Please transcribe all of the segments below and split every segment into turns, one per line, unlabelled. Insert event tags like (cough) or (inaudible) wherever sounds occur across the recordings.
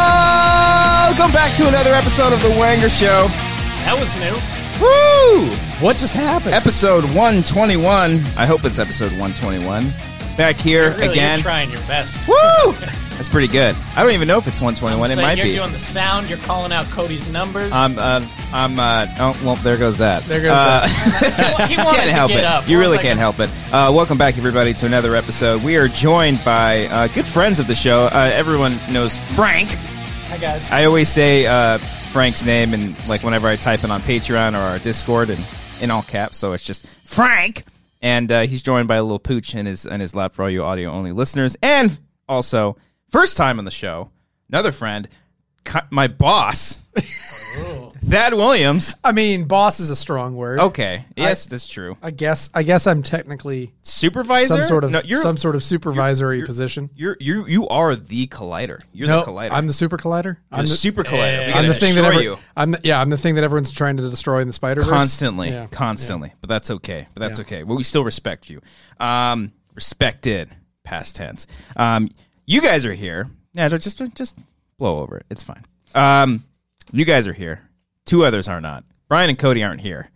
Welcome back to another episode of The Wanger Show.
that was new.
Woo!
What just happened?
Episode 121. I hope it's episode 121. Back here
Really,
again.
you're trying your best.
Woo! That's pretty good. I don't even know if it's 121.
So
it might
you're
be.
doing the sound. You're calling out Cody's numbers.
I'm, uh, I'm, uh, oh, well, there goes that.
There goes
(laughs) Uh,
he, he wanted
can't
to
help
get
it.
up.
You
We're
really
like,
can't help it. Uh, welcome back, everybody, to another episode. We are joined by uh, good friends of the show. Uh, everyone knows Frank.
Hi guys.
I always say uh, Frank's name, and like whenever I type it on Patreon or our Discord, and in all caps, so it's just Frank. And uh, he's joined by a little pooch in his in his lap for all you audio only listeners, and also first time on the show, another friend, cu- my boss, Thad Williams.
I mean, boss is a strong word.
Okay, yes, that's true.
I guess I guess I'm technically
Supervisor,
some sort of
no, you're
some sort of supervisory
you're-
position.
you're you you are the collider. You're
No,
the collider.
I'm the super collider.
You're
I'm
the
the,
super collider. We
I'm
gotta
the thing that
destroy
ever,
you.
I'm the, yeah, I'm the thing that everyone's trying to destroy in the Spider Verse
constantly,
Yeah.
constantly. But that's okay. But that's
Yeah.
okay. Well, we still respect you. Um, respected, past tense. Um, you guys are here. Yeah, don't- just just blow over it. It's fine. Um, you guys are here. Two others are not. Brian and Cody aren't here.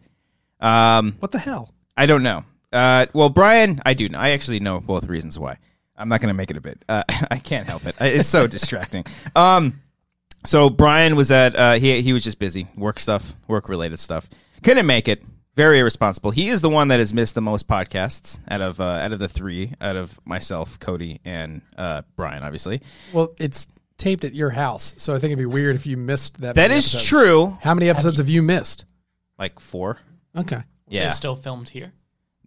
Um,
What the hell?
I don't know. Uh, well, Brian, I do know. I actually know both reasons why. I'm not going to make it a bit. Uh, (laughs) I can't help it. It's so distracting. (laughs) Um, so Brian was at. Uh, he he was just busy work stuff, work related stuff. Couldn't make it. Very irresponsible. He is the one that has missed the most podcasts out of uh, out of the three, out of myself, Cody, and uh, Brian. Obviously,
Well, it's taped at your house, so I think it'd be weird if you missed that.
that
many
is
episodes.
true.
How many episodes have you missed?
Like four.
Okay,
Yeah.
They're still filmed here.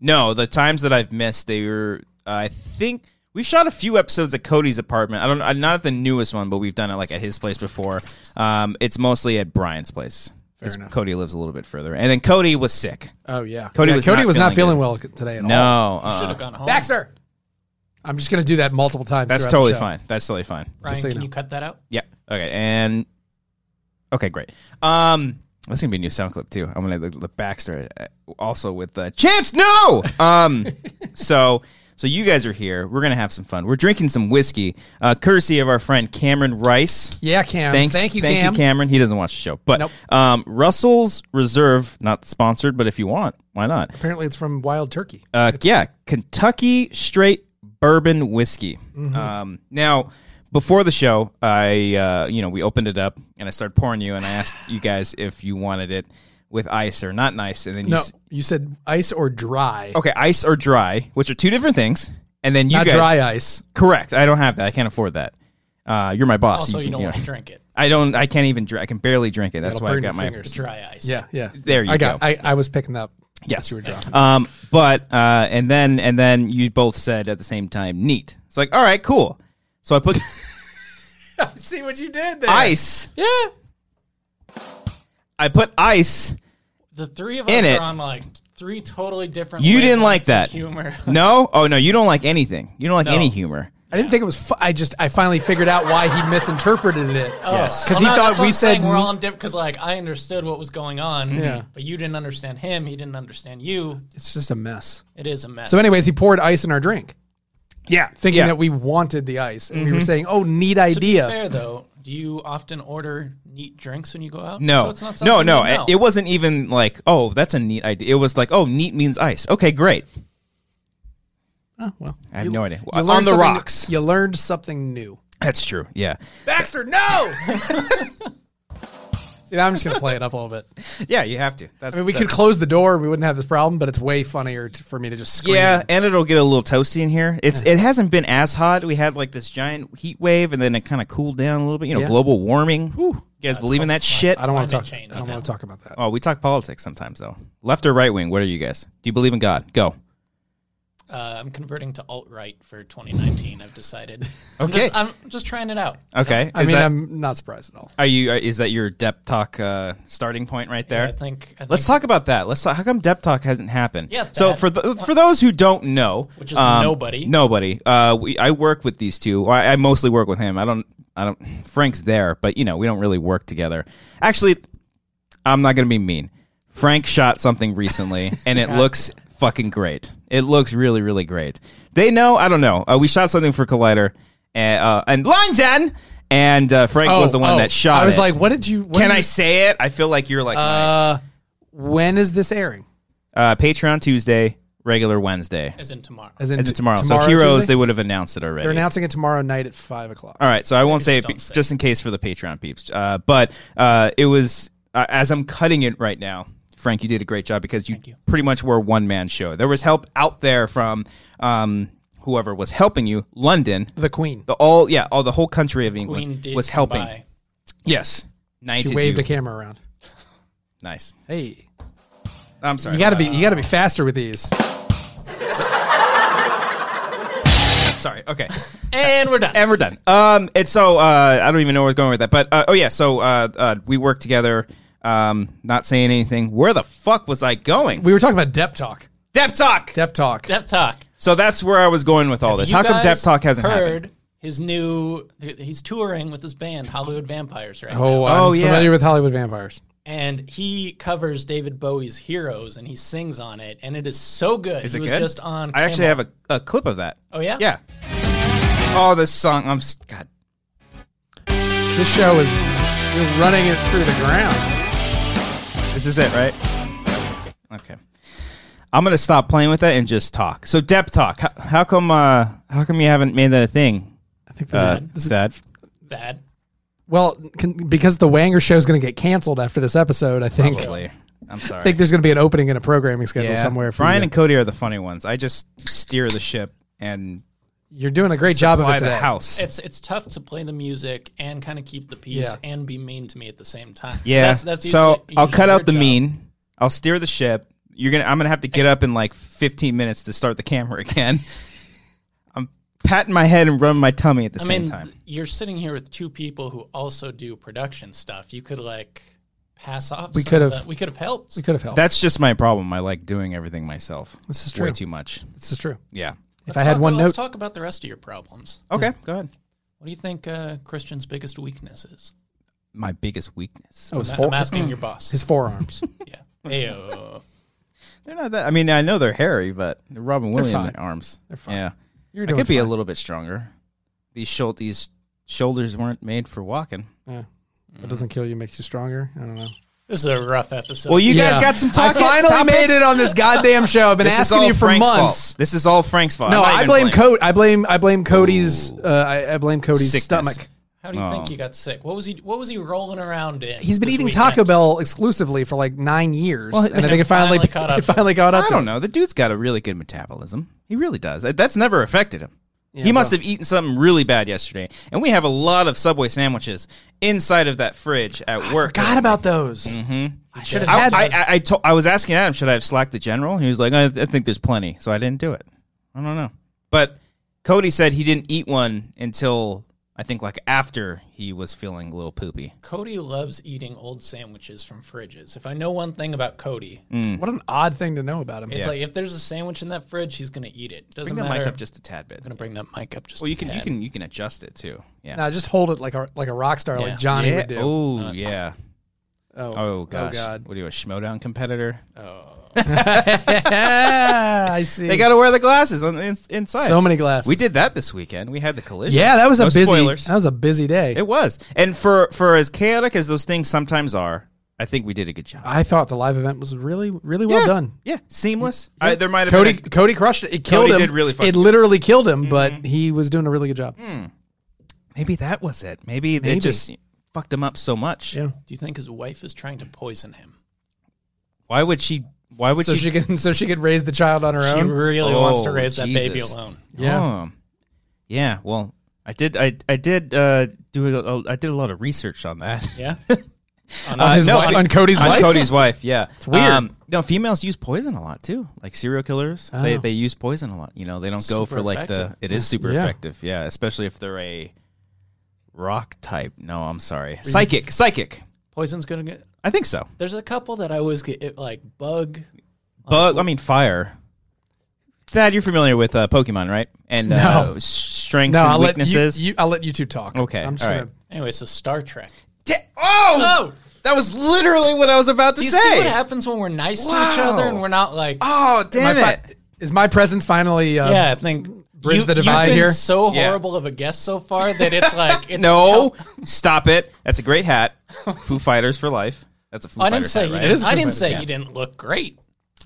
No, the times that I've missed, they were. I think we shot a few episodes at Cody's apartment. I don't. I'm not at the newest one, but we've done it like at his place before. Um, it's mostly at Brian's place. 'cause
enough.
Cody lives a little bit further, and then Cody was sick.
oh yeah,
Cody
Yeah,
was
Cody
not
was not
feeling
feeling
good.
well today at all.
No, uh-uh.
Should have gone home.
Baxter. I'm just gonna do that multiple times.
that's
throughout the
totally
show.
fine. That's totally fine.
Brian,
so you
can
know.
you cut that out?
Yeah. Okay. And okay, great. Um, that's gonna be a new sound clip too. I'm gonna the, the Baxter uh, also with uh, Chance. No. Um. (laughs) so so you guys are here. We're gonna have some fun. We're drinking some whiskey, uh, courtesy of our friend Cameron Rice.
Yeah, Cam.
Thanks.
Thank you,
Thank
Cam.
you, Cameron. He doesn't watch the show, but
Nope.
um, Russell's Reserve, not sponsored, but if you want, why not?
Apparently, it's from Wild Turkey.
Uh, yeah, Kentucky straight bourbon whiskey.
Mm-hmm.
Um, now, before the show, I uh, you know we opened it up and I started pouring you, and I asked you guys if you wanted it with ice or not nice, and then you
No,
s-
you said ice or dry,
okay, ice or dry, which are two different things, and then Oh, you
not
guys,
dry ice.
correct. I don't have that. I can't afford that. Uh, you're my boss.
Also, you
can-
don't
you
want
know.
to drink it.
I don't. I can't even. Drink, I can barely drink it. That's
That'll
why I
burn
got
your
my
fingers.
It's dry ice.
Yeah, yeah.
There you
I got,
go.
I, I was picking that.
Yes.
you were dropping.
Um, but uh, and then and then you both said at the same time, neat. It's like, all right, cool. So I put
(laughs) See what you did there.
ice.
Yeah.
I put ice.
The three of
In
us
it.
are on like three totally different.
You didn't
wavelengths
like
of
that.
humor. (laughs)
No, oh no, you don't like anything. You don't like
No.
any humor.
I didn't think it was. Fu- I just I finally figured out why he misinterpreted it.
Oh,
Yes.
because he thought we said
we're all on dip because like I understood what was going on.
Yeah.
but you didn't understand him. He didn't understand you.
it's just a mess.
It is a mess.
So, anyways, he poured ice in our drink,
Yeah,
thinking
yeah. Mm-hmm.
that we wanted the ice, and we were saying, "Oh, neat
to be
idea."
fair though, do you often order neat drinks when you go out?
no,
so it's not
no,
something
no.
you know.
It wasn't even like, oh, that's a neat idea. It was like, oh, neat means ice. Okay, great.
Oh, well,
I have no idea.
you learned
uh, On the
something-
rocks.
you learned something new.
(laughs) That's true. Yeah.
Baxter, no. See, now I'm just gonna play it up a little bit.
Yeah, you have to. That's,
I mean, we could
that's-
close the door. We wouldn't have this problem, but it's way funnier t- for me to just scream.
Yeah, and it'll get a little toasty in here. It's it hasn't been as hot. We had like this giant heat wave, and then it kind of cooled down a little bit. You know,
Yeah.
global warming. You guys believe in that shit?
I don't want to
Climate
talk.
change.
I don't want to talk about that.
Oh, we talk politics sometimes though. Left or right wing? What are you guys? Do you believe in God? Go.
Uh, I'm converting to alt right for 2019. I've decided. I'm
(laughs) Okay.
just, I'm just trying it out.
Okay.
I
Is
mean,
that-
I'm not surprised at all.
Are you? uh, Is that your Dep Talk uh, starting point right there?
I think. I think
Let's talk about that. Let's talk, how come Dep Talk hasn't happened?
Yeah,
So
that-
for th for those who don't know, um,
Which is nobody.
nobody. Uh, we, I work with these two. Well, I, I mostly work with him. I don't. I don't. Frank's there, but you know we don't really work together. Actually, I'm not gonna be mean. Frank shot something
(laughs)
recently, and it looks fucking great. It looks really, really great. They know. I don't know. Uh, we shot something for Collider, and uh, and London, and uh, Frank was the one
oh,
that shot.
I was
it.
like, what did you? what
Can
did
I
you-
say it? I feel like you're like my-
Uh, when is this airing?
uh, Patreon Tuesday, regular Wednesday.
as in tomorrow.
As in
Is
t-
it tomorrow? so
Tuesday?
Heroes, they would have announced it already.
They're announcing it tomorrow night at five o'clock.
All right, so I won't say it be-
don't say
just in case for the Patreon peeps. Uh, but uh, it was uh, as I'm cutting it right now. Frank, you did a great job because you, pretty much were a one man show. There was help out there from um, whoever was helping you, London.
The Queen.
The all yeah, all the whole country of
Queen
England
did
was
come
helping.
by.
Yes, nine
She
to
waved
two.
a camera around.
nice.
Hey,
I'm sorry.
you gotta be you gotta be faster with these.
sorry. Okay.
(laughs)
And we're done.
(laughs) and we're done. Um, and so uh, I don't even know where I was going with that, but uh, oh yeah, so uh, uh, we work together. Um, not saying anything. Where the fuck was I going?
We were talking about Dep Talk.
Dep Talk.
Dep Talk.
Dep Talk.
so that's where I was going with all this.
You
How come Dep
guys
Talk hasn't
heard
happened?
His new. He's touring with his band Hollywood Vampires right now.
Oh, I'm
Oh, yeah.
familiar with Hollywood vampires.
and he covers David Bowie's Heroes and he sings on it and it is so good.
Is
he
it
was
good?
just on
I actually
Camel.
have a, a clip of that.
Oh yeah?
Yeah. Oh, this song. I'm s- God.
This show is you're running it through the ground.
This is it, right? Okay. I'm gonna stop playing with that and just talk. So Dep Talk. How, how come? Uh, how come you haven't made that a thing?
I think this
Uh,
is this is
Sad.
Bad.
well can, because the Wanger show is going to get canceled after this episode. I think
Probably. I'm sorry.
I think there's going to be an opening in a programming schedule somewhere. For
Brian
you.
and Cody are the funny ones. I just steer the ship and
you're doing a great job of
fly
it
the
today.
house.
It's it's tough to play the music and kind of keep the peace
Yeah.
and be mean to me at the same time.
yeah.
That's, that's usually,
so I'll
usually
cut
your
out the
job.
mean. I'll steer the ship. You're gonna. I'm gonna have to get up in like 15 minutes to start the camera again. (laughs) I'm patting my head and rubbing my tummy at the
I
same
mean,
time.
th- you're sitting here with two people who also do production stuff. You could like pass off.
We
some
could
of
have-
that. We could have helped.
We could have helped.
That's just my problem. I like doing everything myself.
This is
Way
true.
too much.
this is true.
Yeah.
If
Let's
I had
talk-
one
Let's
note,
talk about the rest of your problems.
Okay. Go ahead.
What do you think uh, Christian's biggest weakness is?
My biggest weakness.
oh, his,
I'm
fore-
asking your boss.
his (laughs) forearms.
yeah. Ayo.
They're not that. I mean, I know they're hairy, but they're Robin Williams
fine.
arms. They're
fine.
Yeah.
You're
I
doing
could be a
fine.
little bit stronger. These shou- these shoulders weren't made for walking.
Yeah. What doesn't kill you makes you stronger. I don't know.
this is a rough episode.
Well, you guys
Yeah.
got some
I
talk.
finally made it on this goddamn show. I've been asking you for months.
This is all Frank's fault. I'm
No,
not
I
even
blame
blaming-
Cody. I blame I blame Cody's. Uh, I, I blame Cody's
Sickness.
stomach.
How do you think he got sick? What was he? What was he rolling around in?
He's been
this
eating
weekend?
Taco Bell exclusively for like nine years,
Well,
and I think it finally
finally caught up
(laughs) it
to
finally caught up.
I
to
don't
him.
know. The dude's got a really good metabolism. He really does. Uh, That's never affected him. he
well-
must have eaten something really bad yesterday. And we have a lot of Subway sandwiches inside of that fridge at work. Mm-hmm.
Forgot about those. I should have
I,
had.
I,
those.
I, I, to- I was asking Adam, should I have slacked the general? He was like, I, I think there's plenty. So I didn't do it. I don't know. But Cody said he didn't eat one until I think like after he was feeling a little poopy.
Cody loves eating old sandwiches from fridges. If I know one thing about Cody,
Mm,
what an odd thing to know about him.
it's like if there's a sandwich in that fridge, he's gonna eat it. Doesn't
Bring that
matter.
mic up just a tad bit.
I'm gonna bring that mic up just.
Well, you can
a
you
tad.
can you can adjust it too. Yeah.
Now just hold it like a like a rock star,
Yeah.
like Johnny
Yeah.
would do.
Oh yeah.
oh,
Oh gosh.
God.
What are you a schmodown competitor? (laughs)
Ah, I see.
They got to wear the glasses on the ins inside.
so many glasses.
we did that this weekend. We had the collision.
Yeah, that was a
No
busy.
spoilers.
That was a busy day.
It was, and for for as chaotic as those things sometimes are, I think we did a good job.
I thought the live event was really really Ah, well
yeah.
done.
Yeah, seamless. I, Uh, there might have
Cody
been.
Cody crushed it. It killed
Cody
him.
did really fucking-
it literally
Mm-hmm. Mm.
killed him, but he was doing a really good job.
A, maybe that was it. Maybe, they
Maybe.
just fucked him up so much.
Yeah.
Do you think his wife is trying to poison him?
Why would she? Why would
so
she?
she, can so she could raise the child on her
She
own.
really wants to
Oh,
raise that baby
Jesus.
alone.
Yeah.
Oh. yeah. Well, I did. I I did uh, do. A, a, I did a lot of research on that.
Yeah.
(laughs)
On
Uh,
his
no,
wife-
I-
on Cody's
on
wife?
Cody's wife,
(laughs)
yeah. It's
weird.
no, females use poison a lot too. Like serial killers, they
Oh.
they use poison a lot. You know, they don't go
Super
for like
effective.
the. It is super
Yeah.
effective, yeah. Especially if they're a rock type. No, I'm sorry, psychic, psychic.
Poison's gonna get.
I think so.
There's a couple that I always get it, like bug.
Oh.
Bug. I mean, fire. Thad, you're familiar with uh, Pokemon, right? And uh, s- strengths
No,
and
I'll let you,
weaknesses.
you. I'll let you two talk.
Okay,
I'm just
all
gonna.
right.
Anyway, so Star Trek.
Te- oh!
Oh!
that was literally what I was about to
Do you
say.
see what happens when we're nice to each other
Wow.
and we're not like.
oh
My
damn it!
fi- is my presence finally? Uh,
yeah, I think
Bridge the
you've
divide
been
here.
So
Yeah.
horrible of a guest so far that it's
(laughs)
like it's
no, stop it. That's a
(laughs)
great hat. Foo Fighters for life. That's a Foo
I didn't
Fighters
say
hat,
you
right?
didn't. I didn't
Fighters,
say you didn't look great.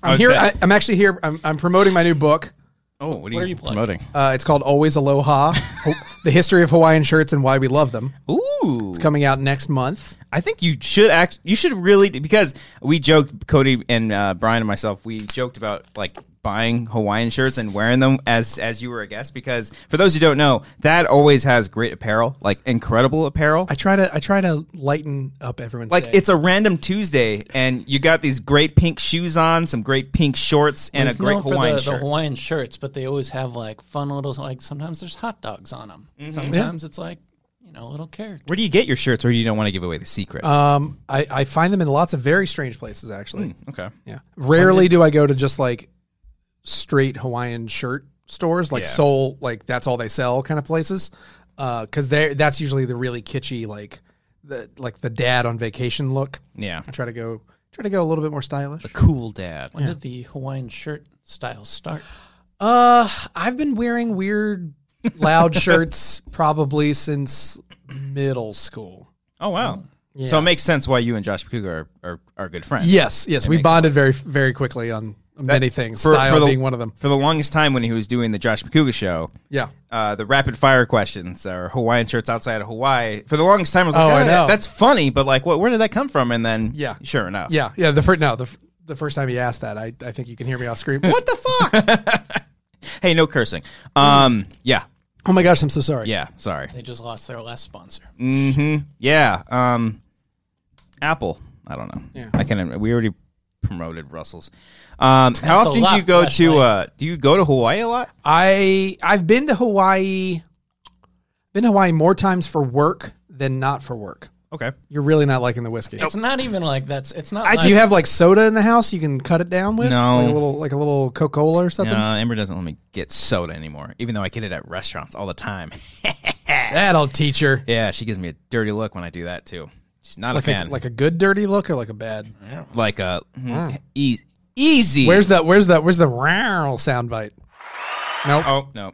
I'm here.
Okay.
I, I'm actually here. I'm, I'm promoting my new book.
Oh, what are you,
are you plugging?
promoting?
Uh, it's called Always Aloha: (laughs) Ho- The History of Hawaiian Shirts and Why We Love Them.
Ooh,
Coming out next month.
I think you should act. You should really because we joked Cody and uh, Brian and myself. We joked about like buying Hawaiian shirts and wearing them as as you were a guest because for those who don't know, that always has great apparel, like incredible apparel.
I try to I try to lighten up everyone's
Like
day.
it's a random Tuesday, and you got these great pink shoes on, some great pink shorts, and
It's
a great
known for the-
Hawaiian
the,
shirt.
Hawaiian shirts, but they always have like fun little like. Sometimes there's hot dogs on them.
Mm-hmm.
Sometimes it's like you know little character.
Where do you get your shirts, or you don't want to give away the secret?
um I, I find them in lots of very strange places actually.
okay.
Yeah. Rarely do I go to just like straight Hawaiian shirt stores, like
Yeah.
Seoul, like that's all they sell kind of places. Uh, cause they that's usually the really kitschy, like the like the dad on vacation look.
Yeah.
I try to go try to go a little bit more stylish.
Cool dad.
When did the Hawaiian shirt style start?
Uh I've been wearing weird (laughs) loud shirts probably since middle school.
Oh wow. So it makes sense why you and Josh Cougar are, are, are good friends.
Yes, yes, we bonded very very quickly on many things. Style being one of them.
For the longest time when he was doing the Josh Pacuga show,
Yeah.
uh, the rapid fire questions or Hawaiian shirts outside of Hawaii. For the longest time, I was like, oh,
Oh, I
that-
know.
that's funny, but like, what, where did that come from? And then,
Yeah.
sure enough.
Yeah, yeah. The first no, the f- the first time he asked that, I, I think you can hear me all scream. (laughs) What the fuck? (laughs)
Hey, no cursing. Um, yeah,
oh my gosh, I'm so sorry.
yeah, sorry.
They just lost their last sponsor.
Mm-hmm. Yeah. Um, Apple. I don't know.
Yeah.
I can. We already promoted Russell's. Um, how
That's a
often do
lot,
you go to?
flashlight.
Uh, do you go to Hawaii a lot?
I I've been to Hawaii, been to Hawaii more times for work than not for work.
Okay.
You're really not liking the whiskey.
It's not even like that's. It's not.
Do you have like soda in the house you can cut it down with?
No.
like a little like a little Coca Cola or something.
No, Uh, Amber doesn't let me get soda anymore, even though I get it at restaurants all the time. (laughs)
That'll teach her.
yeah, she gives me a dirty look when I do that too. She's not
Like
a fan.
a, like a good dirty look or like a bad.
like a mm, e- easy.
Where's that? Where's that? Where's the row sound bite? Nope.
oh no?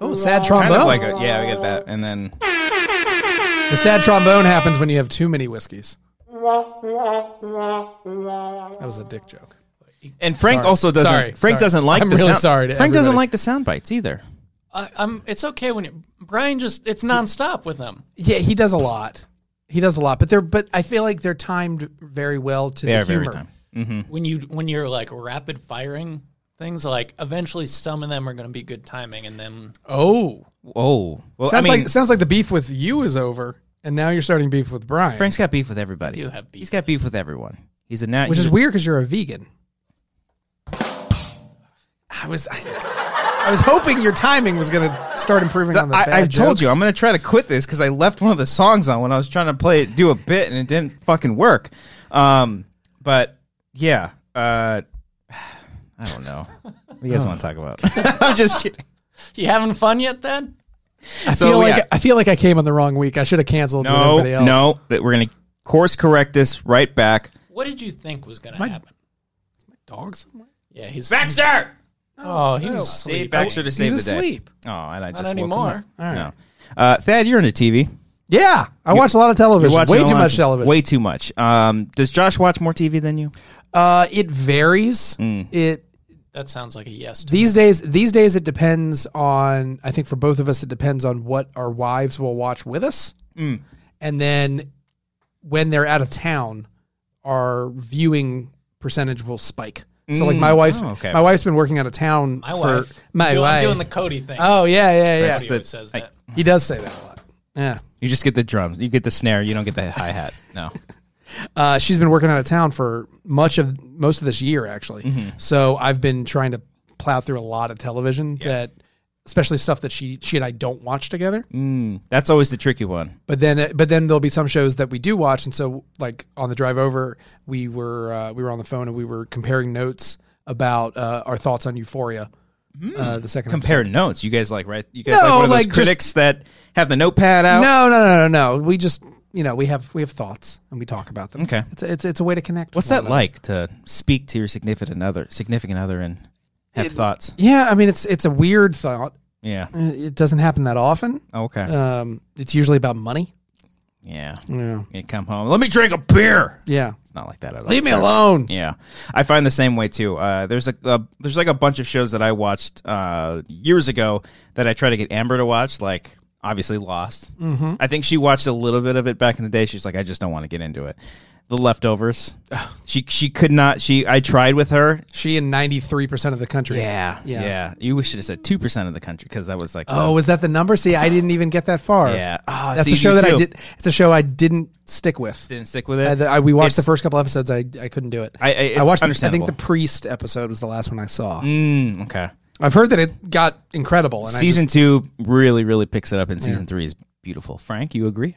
Oh, sad
Kind
trombone.
of like a yeah. We get that, and then Oh.
the sad trombone happens when you have too many whiskeys. That was a dick joke.
and Frank
Sorry.
also doesn't.
Sorry.
Frank
Sorry.
doesn't like.
I'm
the
really
sound-
sorry to
Frank doesn't
everybody.
like the sound bites either.
I, I'm. It's okay when it, Brian just. It's nonstop with them.
Yeah, he does a lot. He does a lot, but they're but I feel like they're timed very well to
They
the
are
humor.
very time. Mm-hmm.
When you when you're like rapid firing things, like eventually some of them are going to be good timing, and then
Oh,
Oh, well,
sounds
I mean,
like sounds like the beef with you is over, and now you're starting beef with Brian,
Frank's got beef with everybody.
do have beef.
He's got beef with everyone. He's a nat.
which
he's
is
a-
weird because you're a vegan. I was I, I was hoping your timing was going to start improving on the.
I,
bad
I've told
jokes.
you I'm gonna try to quit this because I left one of the songs on when I was trying to play it, do a bit, and it didn't fucking work. Um, but yeah, uh, (sighs) I don't know. What do you guys want to talk
(laughs)
about? I'm just kidding.
you having fun yet? Then
I
So,
feel like
yeah.
I feel like I came on the wrong week. I should have canceled. with
No,
everybody else.
no, that we're gonna course correct this right back.
what did you think was going to happen?
dogs.
Yeah, he's
Baxter,
Oh, he was
Dave
asleep.
Baxter to save
He's
the day.
asleep.
Oh, and I just
Not
woke him
anymore.
up. No. Uh, Thad, you're into TV.
Yeah, I watch a lot of
You're
television.
watching
Way
a
too
lot
much
of-
television.
Way too much. Um, does Josh watch more TV than you?
Uh, it varies.
Mm.
It
That sounds like a yes. To me.
these days. These days, it depends on. I think for both of us, it depends on what our wives will watch with us.
Mm.
and then when they're out of town, our viewing percentage will spike. So like my wife's
Oh, okay.
my wife's been working out of town
My
for
wife.
my
doing,
wife.
doing the Cody thing.
oh yeah yeah yeah.
Cody
the-
always says
I-
that.
he does say that a lot. Yeah.
You just get the drums. You get the snare. You don't get the hi
(laughs)
hat. No.
Uh, she's been working out of town for much of most of this year, actually.
Mm-hmm.
So I've been trying to plow through a lot of television that, especially stuff that she she and I don't watch together.
Mm, that's always the tricky one.
But then uh, but then there'll be some shows that we do watch, and so like on the drive over, we were uh, we were on the phone and we were comparing notes about uh, our thoughts on Euphoria. Uh, the second episode.
Mm. Compare notes. You guys like right? You guys
No,
like one of those
like, just-
critics that have the notepad out.
No, no, no, no, no. We just you know we have we have thoughts and we talk about them.
Okay.
it's a, it's, it's a way to connect.
What's
with one
that
another.
like to speak to your significant other, significant other, and have thoughts?
Yeah, I mean it's it's a weird thought.
Yeah.
Uh, It doesn't happen that often.
Okay.
Um, it's usually about money.
yeah.
Yeah,
You come home. Let me drink a beer.
yeah.
It's not like that at all.
Leave me alone.
Yeah, I find the same way too. Uh, there's a, a there's like a bunch of shows that I watched uh, years ago that I try to get Amber to watch. Like obviously Lost. Mm-hmm. I think she watched a little bit of it back in the day. She's like, I just don't want to get into it. The Leftovers. she she could not. She I tried with her.
She and ninety three percent of the country.
Yeah, yeah.
Yeah.
You should have said two percent of the country because that was like the-
Oh, was that the number? See, I didn't even get that far.
Yeah. Ah,
that's
see,
a show
me
that I
too.
did. It's a show I didn't stick with. Uh,
didn't stick with it.
I, I, we watched the
It's-
first couple episodes. I, I couldn't do it.
I- I- it's
watched. the- I think
understandable.
the priest episode was the last one I saw.
Mm, okay.
I've heard that it got incredible. And
Season
I just,
two really really picks it up, and season three is beautiful. Frank, you agree?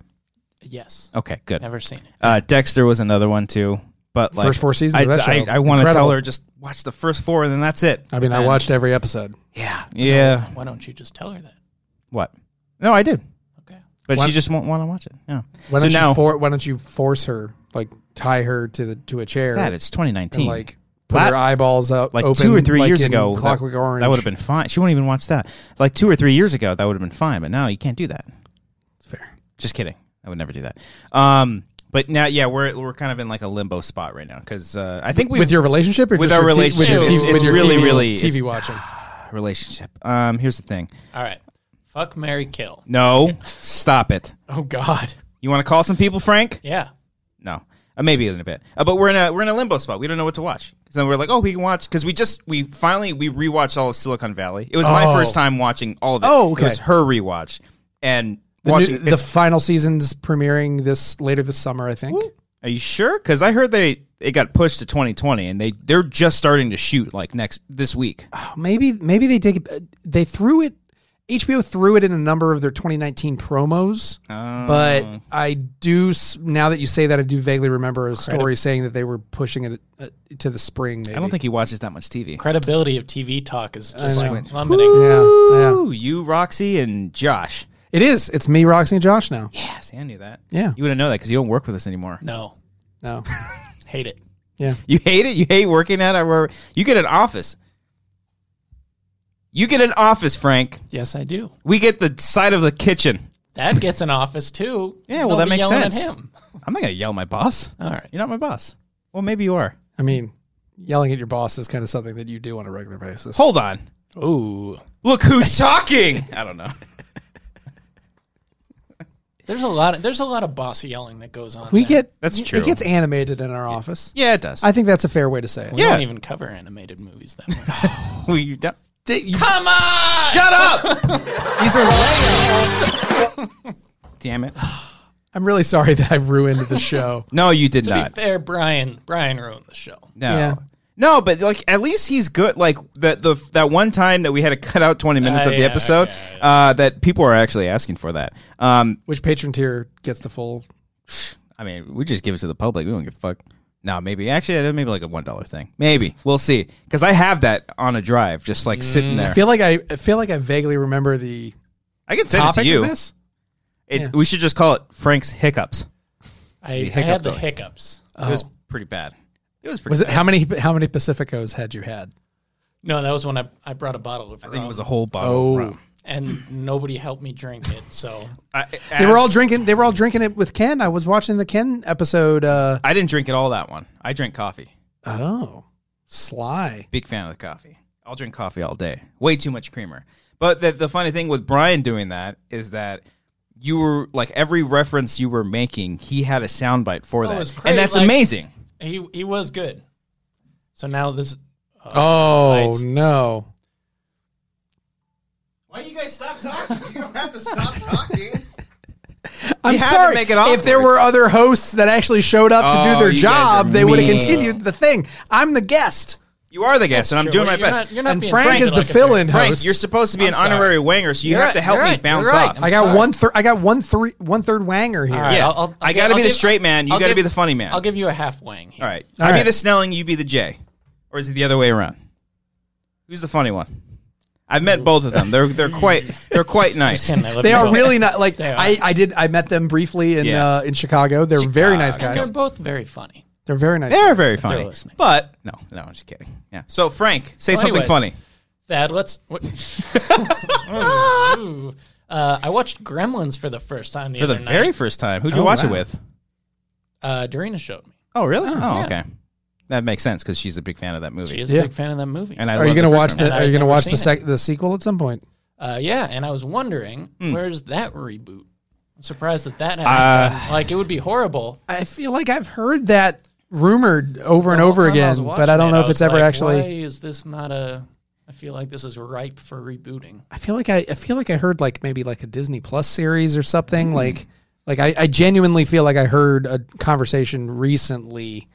Yes.
Okay, good.
Never seen it.
Uh, Dexter was another one too. But like
First four seasons
I,
of that
I,
show.
I, want to tell
Incredible.
her just watch the first four and then that's it.
I mean, I watched every episode.
Yeah, yeah.
Why don't you just tell her that?
What? No, I did,
Okay.
but
Why-
she just won't want to watch it. Yeah.
Why
so
don't
now
you for, Why don't you force her? Like tie her to the to a chair.
that it's 2019.
and
Like,
like put
That-
her eyeballs out
like
open,
two or three
like
years
in
ago, that-
Clockwork
that,
Orange.
would have been fine. She won't even watch that. Like two or three years ago, that would have been fine. But now you can't do that.
fair.
Just kidding. I would never do that. Um, but now, yeah, we're we're kind of in like a limbo spot right now because uh, I think we
with your relationship or
with
just
our
your t-
relationship,
with your,
it's-
t-
it's
with your
really,
TV,
really-
TV
it's-
watching.
relationship. Um, here's the thing.
All right. Fuck Mary Kill.
No, stop it.
Oh God.
You want to call some people, Frank?
Yeah.
No, uh, maybe in a bit. Uh, but we're in a we're in a limbo spot. We don't know what to watch. So we're like, oh, we can watch because we just we finally we rewatched all of Silicon Valley. It was my
Oh.
first time watching all of it.
Oh, okay.
It was her rewatch and
The,
watching.
new, the
it's-
final season's premiering this later this summer, I think.
are you sure? Because I heard they it got pushed to 2020 and they they're just starting to shoot like next this week.
Oh, Maybe maybe they take it. uh, They threw it. HBO threw it in a number of their 2019 promos,
Oh.
but I do s- now that you say that I do vaguely remember a story saying that they were pushing it uh, to the spring. Maybe.
I don't think he watches that much TV.
Credibility of TV talk is just
know.
like plummeting.
Yeah, yeah.
Ooh, you, Roxy, and Josh.
It is. It's me, Roxy, and Josh now.
Yeah, see, I knew that.
Yeah.
you wouldn't know that because you don't work with us anymore.
No.
No.
Hate it.
Yeah.
You hate it. You hate working at our. You get an office. You get an office, Frank.
Yes, I do.
We get the side of the kitchen.
That gets an office too.
Yeah, well, that
Nobody
makes
yelling at
sense.
him.
I'm not gonna yell at my boss.
All right.
You're not my boss. Well, maybe you are.
I mean, yelling at your boss is kind of something that you do on a regular basis.
Hold on.
Ooh.
Look who's talking. I don't know.
There's a lot. Of, there's a lot of boss yelling that goes on.
We
there.
get
(laughs) That's
it-
true.
It gets animated in our office.
Yeah, it does.
I think that's a fair way to say it.
We
Yeah.
don't even cover animated movies that much.
Well, you don't-
Come on.
Shut up.
These
(laughs)
are
Damn it.
I'm really sorry that I ruined the show. (laughs)
No, you did
To
not.
be fair, Brian. Brian ruined the show.
No.
Yeah.
No, but like at least he's good. Like that the that one time that we had to cut out twenty minutes
Ah,
of the
yeah,
episode,
yeah,
Uh, that people are actually asking for that. Um,
Which patron tier gets the full?
I mean, we just give it to the public. We don't give a fuck. No, maybe actually, I did maybe like a one dollar thing. Maybe we'll see because I have that on a drive, just
Mm.
like sitting there.
I feel like I, I feel like I vaguely remember the
I can send it
topic
to you.
of this.
It,
Yeah.
We should just call it Frank's hiccups.
I, I
hiccup
had the
dog.
hiccups.
It was pretty bad. It was pretty.
Oh. Was it
bad.
how many how many Pacificos had you had?
No, that was when I, I brought a bottle of
I think
rum,
it was a whole bottle.
Oh.
of rum.
and nobody helped me drink it. So
I,
They were all
as-
drinking. They were all drinking it with Ken. I was watching the Ken episode. Uh,
I didn't drink it all that one. I drank coffee.
oh, sly.
Big fan of the coffee. I'll drink coffee all day. Way too much creamer. But the, the funny thing with Brian doing that is that you were like every reference you were making, he had a soundbite for
Oh, it
that,
was great,
and that's
like-
amazing.
He he was good. So now this.
Oh
Lights.
no!
Why you guys stop talking? You don't have to stop talking.
I'm
had to
sorry.
make it
if there
awkward.
were other hosts that actually showed up to
Oh,
do their
you guys are
job, they would have
mean.
continued the thing. I'm the guest,
(laughs) You are the guest, and I'm
Sure,
doing
well,
my
you're
best.
Not, you're not
and
being
Frank
treated
is the
like a
fill-in
Frank,
host.
you're supposed to be
I'm
an
sorry.
honorary wanger, so you
You're
have to
right,
help
you're
me
right,
bounce
you're right.
off.
I'm
I got
sorry.
one. Thir- I got one three one third wanger here.
All right,
yeah,
I'll- I'll-
I
I'll
got to
give-
be
I'll
the
give-
straight man. You
I'll
got to
give-
be the funny man.
I'll give you a half wing. Here.
All right,
All
I be
right.
the Snelling, you be the J, or is it the other way around? Who's the funny one? I've met both of them. They're they're quite
(laughs)
they're quite nice.
Ken, I love
They
you
are
both.
really not like
They are.
I, I did I met them briefly in
Yeah.
uh, in Chicago. They're very nice
Chicago.
guys.
They're both very funny.
They're very nice.
They're
guys.
very funny,
listening.
but no, no, I'm just kidding. Yeah. So Frank, say
Well,
something
anyways.
funny.
Thad, let's.
(laughs)
what- (laughs) Ooh. uh, I watched Gremlins for the first time the
For the
other
very
night.
first time, who'd you
Oh,
watch it
wow.
with?
Uh, Dorina showed me.
Oh, really? Oh,
yeah.
okay. That makes sense because she's a big fan of that movie.
She is
Yeah.
a big fan of that movie.
And I
Are
love
you gonna
the first
watch
one.
the Are
I've
you gonna
never
watch
seen
the
it.
sec- the sequel at some point?
Uh, yeah, and I was wondering
Hmm.
where's that reboot? I'm surprised that that happened.
Uh,
like it would be horrible.
I feel like I've heard that rumored over and
The whole
over
time I was
again, but
watching
I don't
it,
know if
was
it's ever
like,
actually.
Why is this not a? I feel like this is ripe for rebooting.
I feel like I, I feel like I heard like maybe like a Disney Plus series or something.
Mm-hmm.
Like like I, I genuinely feel like I heard a conversation recently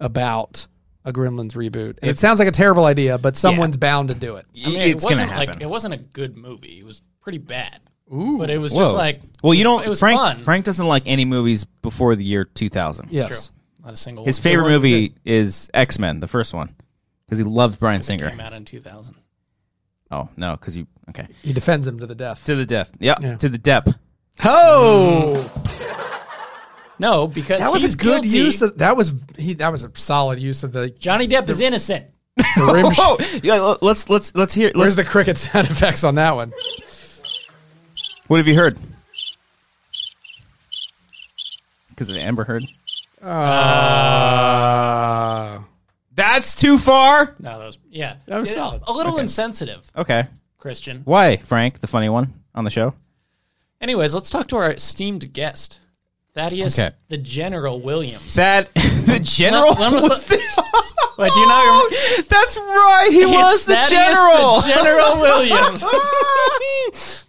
about a Gremlins reboot. And it sounds like a terrible idea, but someone's bound to do it.
I mean,
it's
it
gonna
wasn't
happen.
like it wasn't a good movie. It was pretty bad. Ooh, but it was
Whoa.
just like
well,
it
you
was-
don't.
It was
Frank
fun.
Frank doesn't like any movies before the year 2000.
True.
Yes.
Not a single.
His
one.
favorite
Good one
movie is X Men, the first one, because he loves Brian Singer.
came out in 2000.
Oh no, because you okay
He defends him to the death.
to the death. Yep,
Yeah.
to the depth.
(laughs)
Oh,
No, because
that was
Mm. he's
a good
guilty.
use of that was he that was a solid use of
(laughs)
the,
Johnny Depp is innocent.
the rim. sh-
Oh, yeah, l- let's let's let's hear. Let's,
Where's the cricket sound effects on that one?
what have you heard? Because of Amber Heard.
Uh,
That's too far.
No, that was yeah.
That was
Yeah,
solid.
A little insensitive,
Okay.
Christian.
Why, Frank, the funny one on the show?
Anyways, let's talk to our esteemed guest, Thaddeus
Okay.
the General Williams.
That (laughs) the general.
When- when was
was
the-
the- Oh,
Wait, do you not remember?
That's right. He
He's
was the
Thaddeus
general.
the General Williams.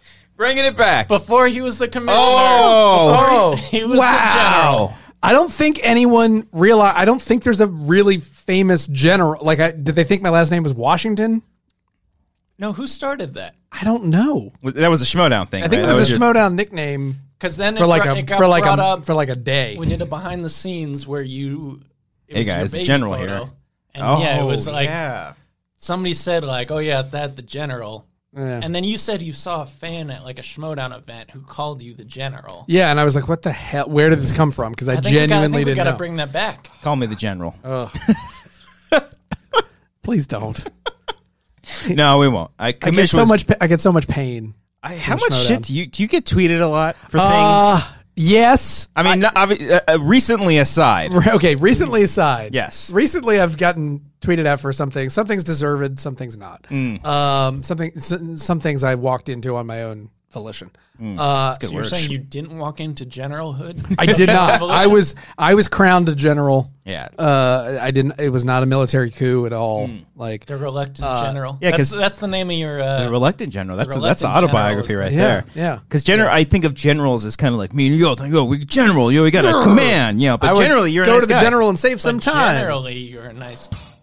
(laughs) Bringing it back.
Before he was the commissioner.
Oh.
Before he, he was the general.
I don't think anyone realize. I don't think there's a really famous general. Like, I, did they think my last name was Washington?
No, who started that?
I don't know.
Was- That was a Schmodown thing.
I think
right?
it
That
was a
your-
Schmodown nickname
Because then
for
it,
like
brought- it
a
got
for like
brought
a
up.
for like a day.
we did a behind the scenes where you. It
Hey,
was your
guys, the
baby
general
photo.
here. Oh,
And yeah, it was like
yeah.
somebody said like, "Oh yeah, that the general,"
Yeah.
and then you said you saw a fan at like a Schmodown event who called you the general.
Yeah, and I was like, "What the hell? Where did this come from?" Because I,
I think
genuinely
we gotta, I think we gotta
didn't know.
bring that back.
Call me the general. (laughs)
Please don't.
no, we won't. I
I get
commission
so much. pa- I get so much pain.
I, how much
Schmodown.
shit do you do you get tweeted a lot for things?
Uh, yes.
I mean, not, obvi- uh, uh, recently aside.
Okay. Recently aside.
Yes.
Recently, I've gotten tweeted at for something. Some things deserved. Some things not.
Mm.
Um. Something. s- Some things I walked into on my own volition.
Mm.
Uh.
So you're saying you didn't walk into General Hood?
I
(laughs)
did not. I was. I was crowned a general.
Yeah. Mm.
Uh. I didn't. It was not a military coup at all. Like.
the reluctant
uh,
general.
yeah,
Yeah,
'cause-
because that's, the name of your. Uh,
the reluctant general. That's
The
a, that's the
reluctant general
autobiography
is-
right
Yeah,
there.
yeah.
Because general, I think of generals as kind of like me and yo, yo, oh, we general, yo, we got a command, you know. But
I would
generally, you're a
go
nice
to the
guy.
general and save some
but
time.
Generally, you're a nice.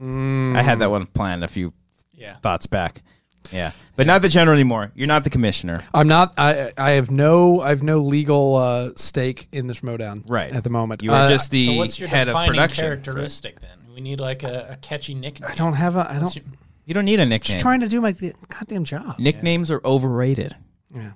I had that one planned a few
Yeah.
thoughts back. Yeah, but not the general anymore. You're not the commissioner.
I'm not. I I have no. I have no legal uh, stake in the Schmodown
Right
at the moment.
You are
Uh,
just the
So what's your
head of
defining
production.
characteristic then? We need like a, a catchy nickname.
I don't have a. I don't.
you-
You don't need a nickname.
Just trying to do my goddamn job.
Nicknames are overrated.
Yeah.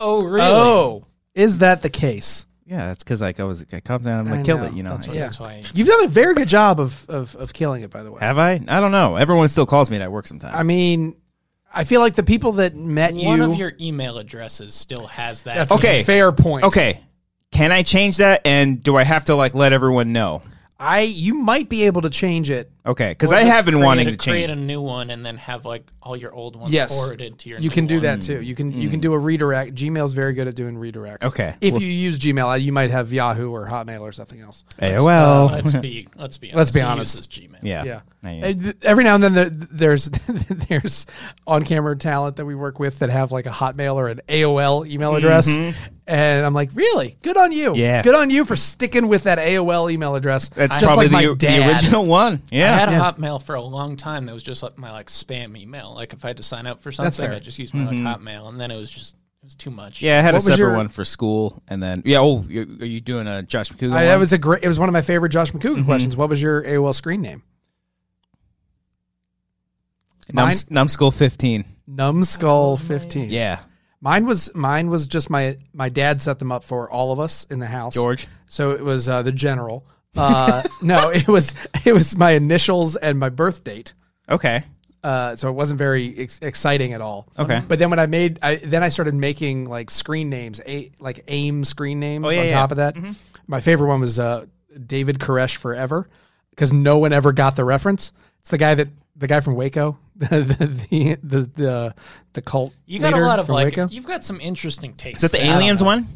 Oh really?
Oh, is that the case?
Yeah, that's because like I was I come down and
I
I kill
know.
it. You know.
That's
yeah.
That's why.
You've done a very good job of of, of killing it, by the way.
Have I? I don't know. Everyone still calls me it at work sometimes.
I mean, I feel like the people that met
One
you.
of your email addresses still has that.
that's
Okay.
a fair point.
okay. Can I change that? And do I have to like let everyone know?
I you might be able to change it.
Okay, because
Or
I
just
have been
create
wanting
a-
to
create
change.
a new one and then have like all your old ones
Yes.
forwarded to your.
You
new
can do
one.
that too. You can you can do a redirect. Gmail's very good at doing redirects.
Mm. Okay.
If
Well-
you use Gmail, you might have Yahoo or Hotmail or something else.
AOL.
Let's be let's be honest.
Let's be
Who
honest.
uses Gmail.
yeah.
Uh, Yeah.
Yeah.
Uh, th- Every now and then there, there's (laughs) there's on camera talent that we work with that have like a Hotmail or an AOL email address, and I'm like, really, good on you.
Yeah.
good on you for sticking with that AOL email address.
That's
Just
probably
like my
the, the
dad.
original one.
I
Yeah.
had a Hotmail for a long time that was just like my like spam email. Like if I had to sign up for something,
fair.
I just used my
Mm-hmm.
like Hotmail, and then it was just it was too much.
Yeah, I had a
What was
separate
your-
one for school, and then yeah. Oh, you- are you doing a Josh McCougan?
I, that
one?
was a great. It was one of my favorite Josh McCougan questions. What was your AOL screen name?
Numb,
mine-
Numbskull fifteen.
Numbskull fifteen.
Yeah,
Mine was mine was just my my dad set them up for all of us in the house.
George.
So it was uh, the general. Uh, (laughs) no, it was it was my initials and my birth date.
Okay.
Uh, so it wasn't very ex- exciting at all.
Okay.
But then when I made, I, then I started making like screen names, a, like AIM screen names
Oh, yeah,
on
yeah.
top of that. My favorite one was uh, David Koresh Forever because no one ever got the reference. It's the guy that, the guy from Waco, (laughs) the, the, the, the, the cult.
you got a
leader
lot of
from
like
Waco.
you've got some interesting tastes.
Is that the
I don't
aliens
know.
one?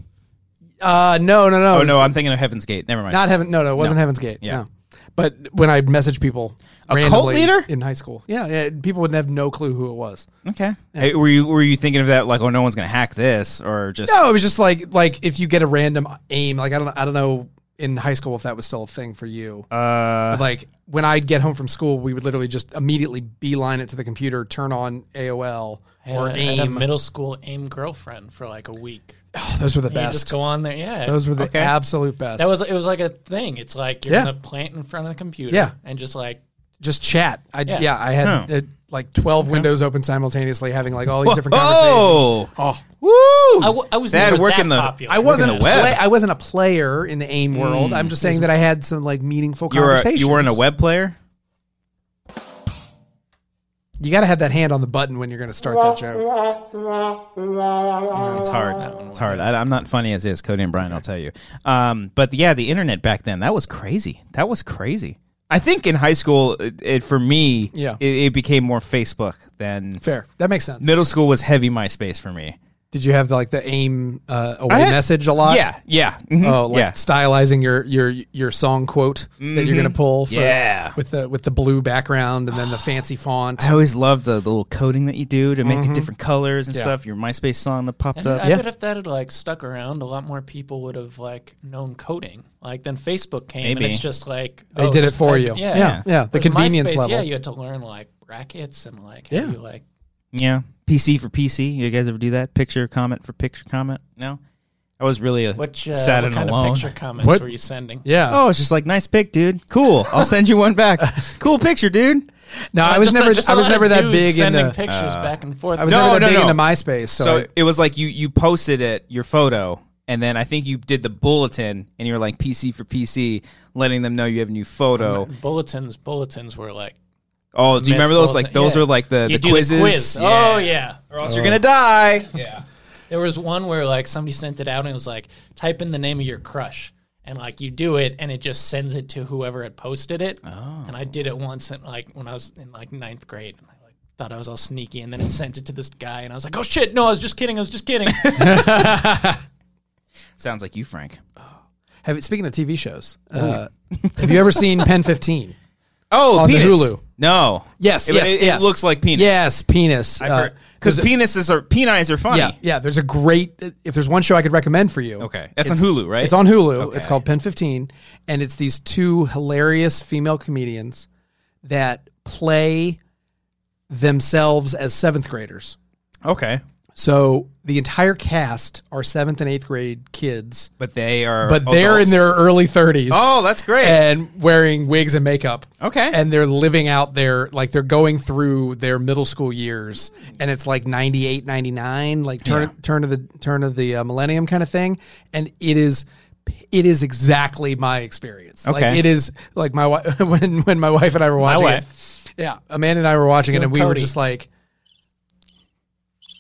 Uh, no, no, no.
Oh
It's
no, I'm thinking of Heaven's Gate. Never mind.
Not heaven. No, no, it wasn't Heaven's Gate.
Yeah.
No. But when I message people,
A cult
randomly
leader?
in high school, yeah, yeah, people would have no clue who it was.
okay. Hey, were you were you thinking of that like, oh, no one's gonna hack this, or just
No, it was just like like if you get a random aim, like I don't I don't know in high school if that was still a thing for you.
uh,
like when I'd get home from school, we would literally just immediately beeline it to the computer, turn on AOL
I had
or
a- I had a
AIM.
middle school aim girlfriend for like a
(laughs)
week.
Oh, those were the
You just
best.
go on there, yeah.
Those were the
Okay.
absolute best.
that was it was like a thing. It's like you're
Yeah.
gonna plant in front of the computer,
Yeah.
and just like
just chat. I yeah, I had uh, like twelve windows open simultaneously, having like all these different conversations.
oh, oh, woo!
I, w- I was
Dad,
never
work
that
in the-
popular.
I
Working
wasn't
the
a play,
web.
I wasn't a player in the AIM world. I'm just saying that I had some like meaningful
you were a,
conversations.
you weren't a web player.
You got to have that hand on the button when you're going to start that joke.
It's hard. It's hard. I, I'm not funny as is. Cody and Brian, I'll tell you. Um, but yeah, the internet back then, that was crazy. That was crazy. I think in high school, it, it for me,
Yeah.
it, it became more Facebook than
Fair. That makes sense.
middle school was heavy MySpace for me.
Did you have like the aim uh, away
had-
message a lot?
Yeah, yeah, mhm,
Oh, like
yeah.
stylizing your your your song quote that you're going to pull. For,
Mm-hmm. Yeah.
With the with the blue background and then the fancy font.
I always loved the, the little coding that you do to make it different colors and stuff. Your MySpace song that popped up.
Mm-hmm. I
Yeah.
bet if that had like stuck around, a lot more people would have like known coding. Like then Facebook came,
Maybe.
and it's just like
They
oh,
did it
just
for
type-
you.
Yeah,
Yeah. Yeah. The
Whereas
convenience
MySpace,
level.
Yeah, you had to learn like brackets and like how
Yeah.
you like
Yeah, PC for PC. You guys ever do that? Picture comment for picture comment? No, I was really a
which uh,
sad
what
and
kind
alone.
of picture comments
What?
were you sending?
Yeah.
Oh, it's just like nice pic, dude. Cool. I'll send you one
(laughs)
back. cool picture, dude.
no,
Uh,
I was
just a-
never
just a
I was
lot of
never that
dudes
big
sending
into
pictures back and forth.
I was
No,
never that
no,
big
no.
into MySpace. So,
So
I-
it was like you you posted it your photo, and then I think you did the bulletin, and you were like PC for PC, letting them know you have a new
Oh,
photo.
bulletins. Bulletins were like
Oh, do you remember
missed
those? Like those
bulletin. Yeah.
were like
Uh,
the
you
the
do
quizzes.
The quiz. Oh yeah.
Or else you're gonna die. Yeah.
There was one where like somebody sent it out and it was like type in the name of your crush and like you do it and it just sends it to whoever had posted it. Oh. And I did it once and like when I was in like ninth grade and I like thought I was all sneaky and then it sent it to this guy and I was like, oh shit, no, I was just kidding, I was just
(laughs)
kidding.
Sounds like you, Frank.
have you- speaking of TV shows,
(laughs)
uh, have you ever seen Pen 15?
Oh,
On the
penis.
Hulu.
No.
Yes,
It,
yes,
it, it
yes.
looks like penis.
Yes, penis. Uh,
Because penises are penises are funny.
yeah, yeah. There's a great. If there's one show I could recommend for you,
Okay, that's on Hulu, right?
it's on Hulu. It's called Pen 15, and it's these two hilarious female comedians that play themselves as seventh graders.
Okay,
So the entire cast are seventh and eighth grade kids,
but they are.
but they're in
adults.
their early 30s.
Oh, that's great.
And wearing wigs and makeup.
Okay.
And they're living out their, like, they're going through their middle school years. And it's like 98, 99, like turn, turn of the, turn of the uh, millennium kind of thing. And it is, it is exactly my experience. Like,
Okay.
it is like my, wi- (laughs) when, when my wife and I were watching it. Yeah. Amanda and I were watching it
Doing
and we were
Cody.
just like,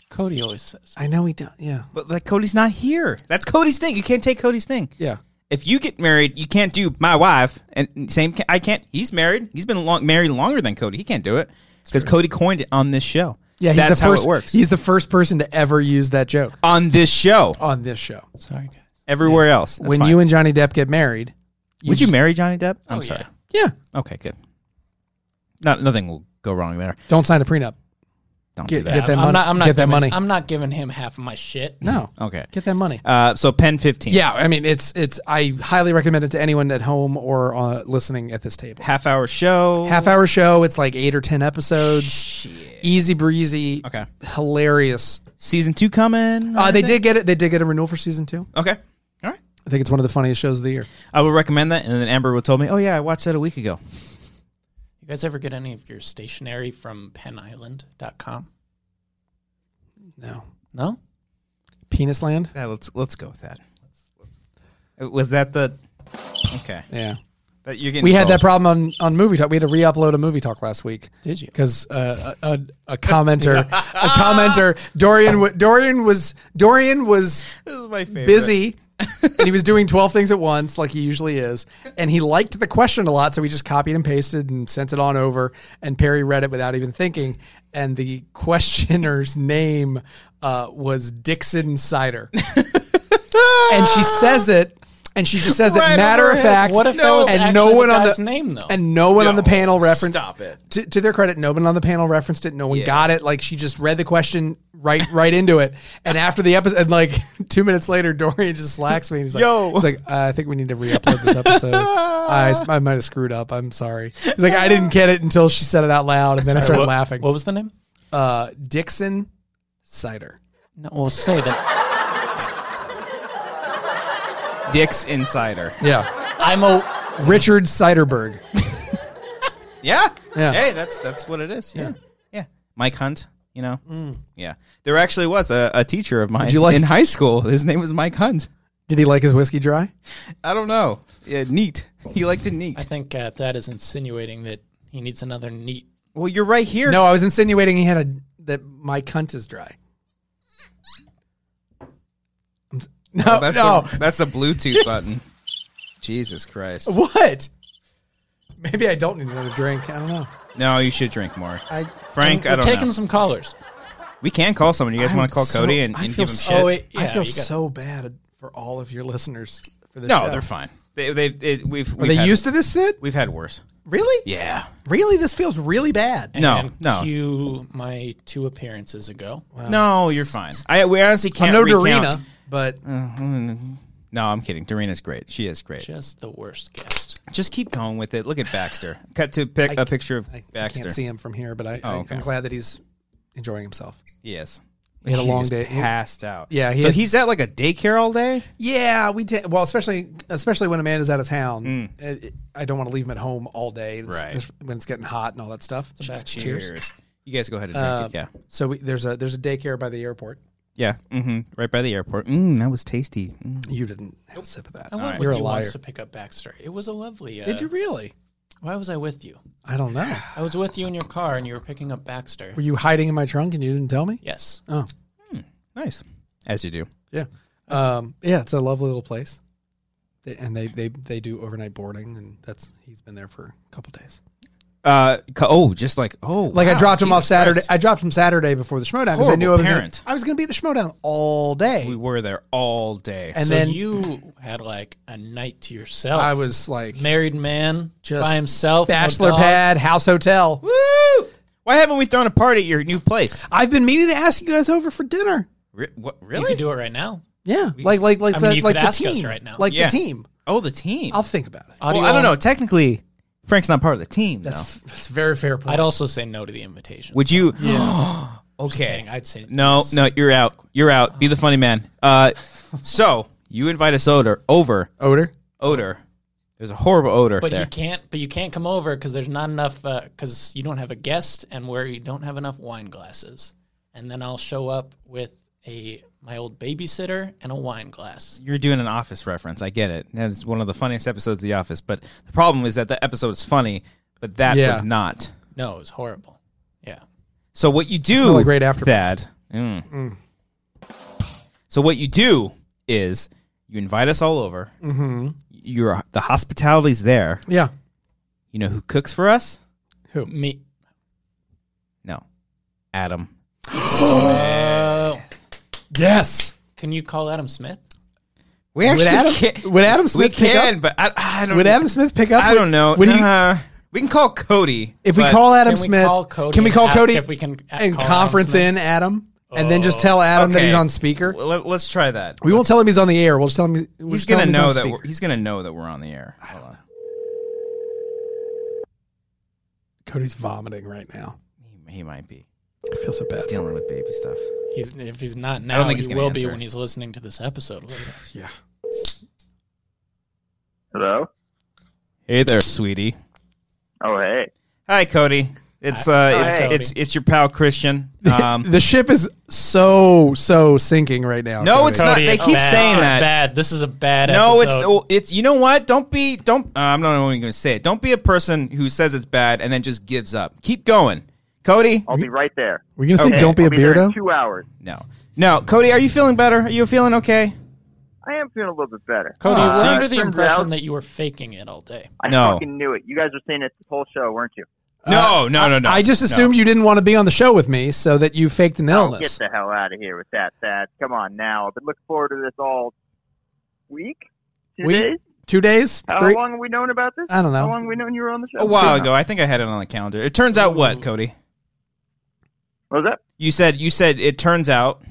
Cody always says.
I know we don't. Yeah.
but like Cody's not here. That's Cody's thing. You can't take Cody's thing.
Yeah.
if you get married, you can't do my wife. And same, ca- I can't. He's married. He's been long, married longer than Cody. He can't do it because Cody coined it on this show.
Yeah, he's
that's
the first,
how it works.
He's the first person to ever use that joke
on this show.
on this show.
Sorry, guys.
Everywhere else, that's
when
fine.
you and Johnny Depp get married,
would you
just-
marry Johnny Depp? I'm
yeah.
sorry.
Yeah,
Okay, good. Not nothing will go wrong there.
don't sign a prenup.
Don't
Get,
do that.
get that
I'm
money.
not. I'm not
get that
giving-
money.
I'm not giving him half of my shit.
no,
Okay.
get that money.
Uh, so pen fifteen.
Yeah, I mean, it's it's. I highly recommend it to anyone at home or uh, listening at this table.
Half hour show.
Half hour show. It's like eight or ten episodes.
Shit.
Easy breezy.
Okay.
Hilarious.
Season two coming.
Uh, they did get it. They did get a renewal for season two.
Okay. All right.
I think it's one of the funniest shows of the year.
I would recommend that. And then Amber would told me, "Oh yeah, I watched that a week ago."
You guys ever get any of your stationery from PennIsland.com?
No,
No.
Penis Land.
Yeah, let's let's go with that. Uh, Was that the? Okay.
Yeah,
That you're getting.
we had that
trolled.
problem on on movie talk. We had to re-upload a movie talk last week.
Did you?
because uh, a, a, a commenter, (laughs) a commenter, Dorian, wa- Dorian was Dorian was
This is my favorite.
busy, and he was doing twelve things at once, like he usually is. And he liked the question a lot, so we just copied and pasted and sent it on over. And Perry read it without even thinking. And the questioner's (laughs) name uh, was
(laughs)
Dixon Cider, and she says it. And she just says
Right
it matter
over
of
it.
fact.
What if that was
and
actually
no
the
one on
guy's
the
name, though?
And no one on the
No,
panel referenced
stop it.
to, to their credit, no one on the panel referenced it. No one got it. Like she just read the question right right into it. And after the episode, and like (laughs) two minutes later, Dorian just slacks me. And he's like,
Yo.
he's like, uh, I think we need to re-upload this
(laughs)
episode. I, I might have screwed up. I'm sorry. He's like, I didn't get it until she said it out loud, and then I started
What-
laughing.
What was the name?
Uh, Dixon cider.
No, well, say that.
Dick's Insider.
Yeah,
(laughs) I'm a.
Richard Ciderberg.
Yeah.
Yeah.
Hey, that's that's what it is. Yeah. Yeah. Mike Hunt. You know. Yeah. There actually was a, a teacher of mine
Mm. you like-
in high school. His name was Mike Hunt.
Did he like his whiskey dry?
I don't know. Yeah, neat. He liked it
I
neat.
think uh, that is insinuating that he needs another neat.
Well, you're right here.
No, I was insinuating he had a that my cunt is dry. No,
Oh, that's
no.
a, that's a Bluetooth button. Jesus Christ.
What? Maybe I don't need another drink. I don't know.
No, you should drink more.
I
Frank,
We're
I don't
taking
know.
some callers.
We can call someone. You guys want to call
so-
Cody and,
I
and
feel
give him
so-
shit?
Oh, wait,
I
yeah,
feel
you got-
so bad for all of your listeners for this.
No,
show.
they're fine. They they it, we've,
Are
we've
they
had,
used to this shit?
we've had worse.
Really?
Yeah.
Really? This feels really bad.
No,
And
Oh, no,
Cue my two appearances ago.
no. You're fine. I we honestly can't.
I'm no
recount. Uh,
Dorina, but
No, I'm kidding. Dorina's great. She is great.
Just the worst guest.
Just keep going with it. Look at Baxter. Cut to pic, a picture of
I, I
Baxter. Oh,
can't see him from here. But I, I,
okay.
I'm glad that he's enjoying himself.
Yes.
He had a long
He's
day. He-
Passed out.
Yeah, he
so
had-
he's at like a daycare all day.
Yeah, we ta- well, especially especially when a man is out of town. Uh, I don't want to leave him at home all day. It's-
Mm. Right.
it's- when it's getting hot and all that stuff.
You guys go ahead and drink
Uh,
it. Yeah.
So we, there's a there's a daycare by the airport.
Yeah. hmm Right by the airport. Mm, that was tasty. Mm.
You didn't have a sip of that.
I went with
You're a
you
liar.
once to pick up Baxter. It was a lovely. Uh,
Did you really?
Why was I with you?
I don't know.
I was with you in your car, and you were picking up Baxter.
Were you hiding in my trunk and you didn't tell me?
Yes.
Oh,
Nice. As you do.
yeah. Um, yeah, it's a lovely little place. They, and they, they they do overnight boarding, and that's he's been there for a couple days.
Uh, co- oh, just like oh,
Like I
wow,
dropped him off
Jesus
Saturday.
Christ.
I dropped him Saturday before the Schmodown because
Horrible
I knew I was gonna,
parent.
I was going to be at the Schmodown all day.
we were there all day.
and
so
then
you had like a night to yourself.
I was like
married man,
Just
just by himself, no
bachelor
dog.
pad house hotel.
Woo! Why haven't we thrown a party at your new place?
I've been meaning to ask you guys over for dinner.
Re- what,
You could do it right now.
Yeah, like like like
I
the,
mean, you
like
could
the
ask us
team
right now.
Like
Yeah. Uh,
the team.
oh, the team.
I'll think about it.
well,
Audio
I don't know.
on-
Technically, Frank's not part of the team. though.
That's, that's a very fair point.
I'd also say no to the invitation.
Would you? okay.
Dang, I'd say
no, no, you're out. You're out. Be the funny man. Uh, so you invite us odor over
Odor.
odor. There's a horrible odor
But
there.
you can't. But you can't come over because there's not enough. Because you don't have a guest, and where you don't have enough wine glasses. And then I'll show up with a my old babysitter and a wine glass.
you're doing an office reference. I get it. That's one of the funniest episodes of The Office. But the problem is that the episode is funny, but that
Yeah.
was not.
No, it was horrible. Yeah.
So what you do,
smelled
Mm.
like Mm. great after-
that. So what you do is You invite us all over. Mm-hmm. You're the hospitality's there.
Yeah.
You know who cooks for us?
Me.
No, Adam.
Yes.
uh, Can you call Adam Smith?
We
Would Adam, would Adam Smith
we
pick
can,
up?
but I, I don't.
Would Adam Smith pick up?
I don't know. Uh-huh.
Would he-
Nah. we can call Cody
if we
but-
call Adam
Can we
Smith,
call Cody
can we
and
call
ask
Cody
if we can a-
and
call Adam
conference
Smith?
in Adam and then just tell Adam that
Okay.
he's on speaker?
Well, Let, us try that.
We won't tell him he's on the air. We'll just tell him we'll
He's
just tell
gonna
him he's
know
on
that
speaker.
we're, he's gonna know that we're on the air. Hold on.
Cody's vomiting right now.
He, he might be
I feel so bad.
dealing with baby stuff.
He's if he's not now,
don't think he's
he
gonna
will be
answer it.
when he's listening to this episode. later.
Yeah.
Hello.
Hey there, sweetie.
Oh hey.
Hi, Cody. It's uh, it's,
Cody.
it's it's your pal Christian.
(laughs)
Um,
the ship is so so sinking right now.
No,
Cody.
it's not- they
it's
keep
bad.
saying
It's
that.
bad. This is a bad.
no, it's
episode.
well, it's you know what? Don't be don't. Uh, I'm not even gonna say it. Don't be a person who says it's bad and then just gives up. Keep going, Cody.
I'll be right there.
We're gonna say
Okay,
don't be
I'll
a
there in
beardo.
two hours.
No, no, Cody. Are you feeling better? Are you feeling okay?
I am feeling a little bit better.
Cody. we're
Aw.
Uh,
under the
turns
impression
out-
that you were faking it all day.
I
No.
fucking knew it. You guys were saying it this whole show, weren't you?
No, no, no, no.
Uh, I just
no.
assumed you didn't want to be on the show with me, so that you faked an
Get
illness.
the hell out of here with that, Thad. Come on now. I've been looking forward to this all week, two
Week?
days.
Two days,
How
three.
long have we known about this?
I don't know.
How long have we known you were on the show?
a while ago. I think I had it on the calendar. It turns out what, Cody?
What was
You said you said it turns out.
that?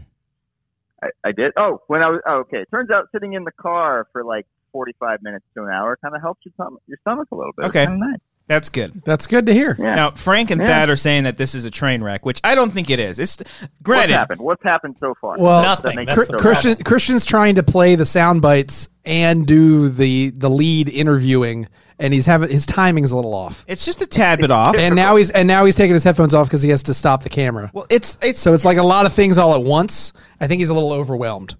I, I did. Oh, when I was oh, okay. Turns out sitting in the car for like forty-five minutes to an hour kind of helps your stomach, your stomach a little bit.
Okay.
Kinda nice.
That's good.
That's good to hear.
Yeah.
Now Frank and
Yeah.
Thad are saying that this is a train wreck, which I don't think it is. It's
What's
granted.
happened? What's happened so far?
Well,
Nothing.
makes
Cr-
That's
it so bad.
Christian Christian's trying to play the sound bites and do the the lead interviewing, and he's having his timing's a little off.
It's just a tad bit off.
And now he's and now he's taking his headphones off because he has to stop the camera.
well, it's it's
So it's like a lot of things all at once. I think he's a little overwhelmed.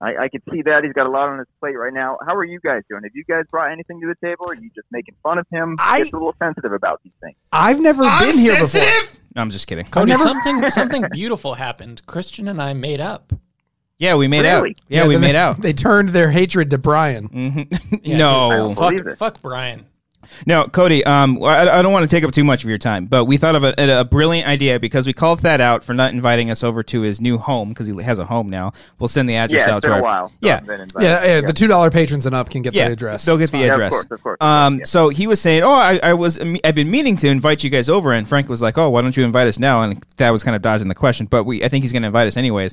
I, I can see that he's got a lot on his plate right now. How are you guys doing? Have you guys brought anything to the table? Or are you just making fun of him?
I-
He's a little sensitive about these things.
I've never
I'm
been here before.
sensitive. No, I'm just kidding.
Cody,
never- (laughs)
something something beautiful happened. Christian and I made up.
Yeah, we made
Really?
out. Yeah, we
then
made
they, (laughs)
out.
They turned their hatred to Brian.
Mm.
Yeah,
no,
dude, fuck,
Believe it.
fuck Brian.
no, Cody. Um, I, I don't want to take up too much of your time, but we thought of a, a brilliant idea because we called Thad out for not inviting us over to his new home because he has a home now. We'll send the address
yeah,
out
it's been
to
a
our-
while. so
Yeah,
I've been invited.
Yeah, yeah, the two dollar patrons and up can get the address.
They'll get the
Yeah, of
address.
course, of course, of
Um,
course, yeah.
So he was saying, "Oh, I, I was I've been meaning to invite you guys over," and Frank was like, "Oh, why don't you invite us now?" And that was kind of dodging the question, but we I think he's going to invite us anyways.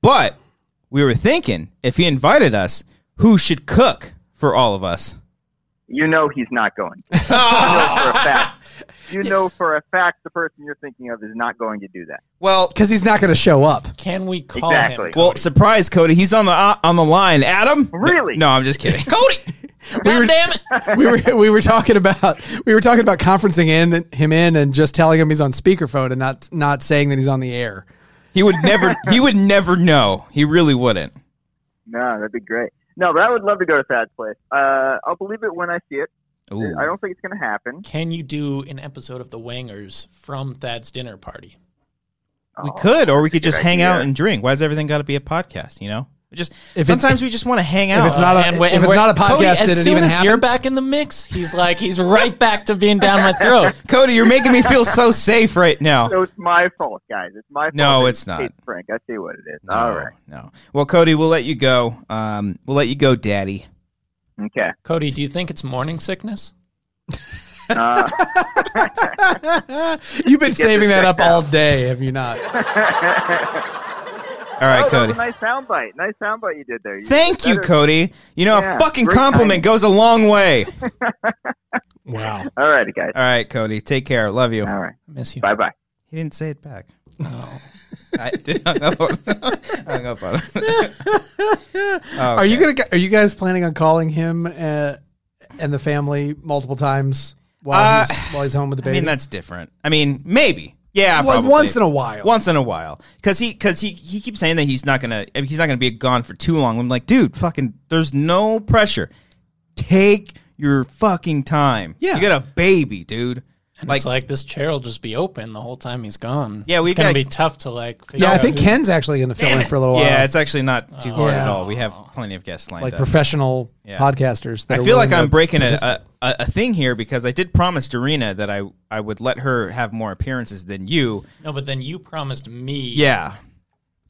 But we were thinking if he invited us, who should cook for all of us?
You know he's not going.
(laughs)
you know for a fact. You know for a fact the person you're thinking of is not going to do that.
Well,
because he's not going to show up.
Can we call
Exactly.
him?
well, surprise, Cody. He's on the uh, on the line. Adam,
Really?
No, I'm just
(laughs)
kidding, Cody.
We were, damn it. we were (laughs) we were talking about we were talking about conferencing in him in and just telling him he's on speakerphone and not not saying that he's on the air.
He would never. He would never know. He really wouldn't.
No, that'd be great. No, but I would love to go to Thad's place. Uh, I'll believe it when I see it.
Ooh.
I don't think it's going to happen.
Can you do an episode of The Wangers from Thad's dinner party?
Oh,
We could, or we could just
idea.
hang out and drink. Why does everything got to be a podcast? You know, We just
If it's-
sometimes we just want to hang out.
it's not a-
And when-
if
and
it's
when-
not a podcast,
Cody,
did
as
it
soon
even
as you're
happen?
back in the mix, he's like he's right back to being down my throat.
Cody, you're making me feel so safe right
(laughs)
now.
So it's my fault, guys. It's my fault.
No,
that
it's not.
Kate Frank, I see what it is.
No,
All right.
no. Well, Cody, we'll let you go. Um, we'll let you go, Daddy. (laughs)
Okay.
Cody, do you think it's morning sickness?
Uh,
(laughs)
You've been saving
this
that up
checked
all day, have you not?
All right,
oh, (laughs) that
Cody.
was a nice soundbite. Nice soundbite you did there. You
Thank you,
better-
Cody. You know, a
Yeah,
fucking
great
compliment
timing.
goes a long way.
Wow.
All righty, guys.
All right, Cody. Take care. Love you.
All right.
I miss you.
Bye bye.
He didn't say it back. No. (laughs) I did not know. (laughs) I hung up on
(laughs)
him.
Are you gonna are you guys planning on calling him uh, and the family multiple times while
Uh,
he's while he's home with
I
the baby?
mean, that's different. I mean, maybe. Yeah,
like
probably.
once in a while.
once in a while because he because he he keeps saying that he's not gonna I mean, he's not gonna be gone for too long. I'm like, dude, fucking, there's no pressure. Take your fucking time.
Yeah.
you got a baby, dude.
And
Like-
it's like this chair will just be open the whole time he's gone.
Yeah, we've
it's gonna
got-
be tough to like. figure
Yeah, I
out
think
who-
Ken's actually going to fill in for a little while.
Yeah, it's actually not too hard at
Yeah.
all. We have plenty of guests lined
Oh, like
up.
professional
Yeah.
podcasters. that
I
are
feel like
willing
I'm
to
breaking a,
participate.
a, a a thing here because I did promise Dorina that I, I would let her have more appearances than you.
No, but then you promised me.
Yeah.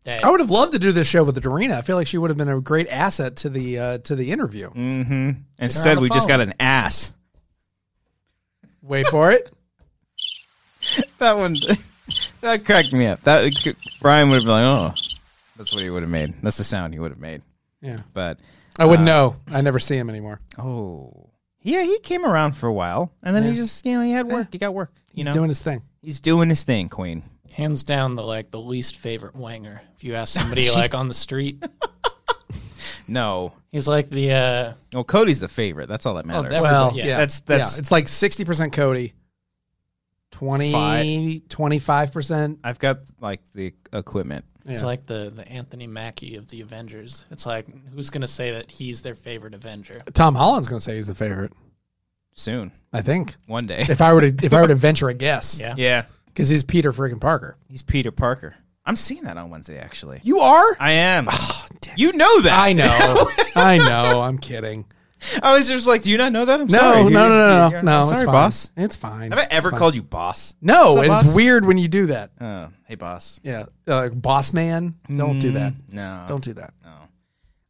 That,
I would have loved to do this show with Dorina. I feel like she would have been a great asset to the uh, to the interview.
Mm-hmm. Instead,
the
we just
phone.
got an ass.
Wait
(laughs)
for it.
That one, (laughs) that cracked me up. That Brian would have been like, oh, that's what he would have made. That's the sound he would have made.
Yeah,
But
I wouldn't
Uh,
know. I never see him anymore.
oh, yeah, he came around for a while, and then he just, you know, he had work. He got work. You
He's
know,
doing his thing.
he's doing his thing, Queen.
hands down the like the least favorite wanger. If you ask somebody
(laughs)
like on the street,
No,
he's like the uh,
well, Cody's the favorite. That's
Oh,
all that matters.
that-
Well,
yeah.
yeah,
That's- that's-
it's like sixty percent Cody, 25 percent.
I've got like the equipment.
It's
Yeah.
like the, the Anthony Mackie of the Avengers. It's like who's gonna say that he's their favorite Avenger?
Tom Holland's going to say he's the favorite.
Soon,
I think
one
(laughs)
day.
if I were to if I were to venture a guess,
Yeah.
yeah,
because he's Peter friggin' Parker.
he's Peter Parker. I'm seeing that on Wednesday, actually.
You are.
I am. you know that. (laughs)
Oh, I know. I know. I'm kidding.
I was just like, do you not know that? I'm
No,
sorry.
no,
You-
no, no,
you-
no,
you're-
no.
I'm sorry,
it's fine.
boss.
It's fine.
Have I ever
It's fine.
called you boss?
No,
What's up,
it's
boss?
weird when you do that.
Oh, hey, boss. Mm.
Yeah, uh, boss man. Don't do that.
No.
Don't do that.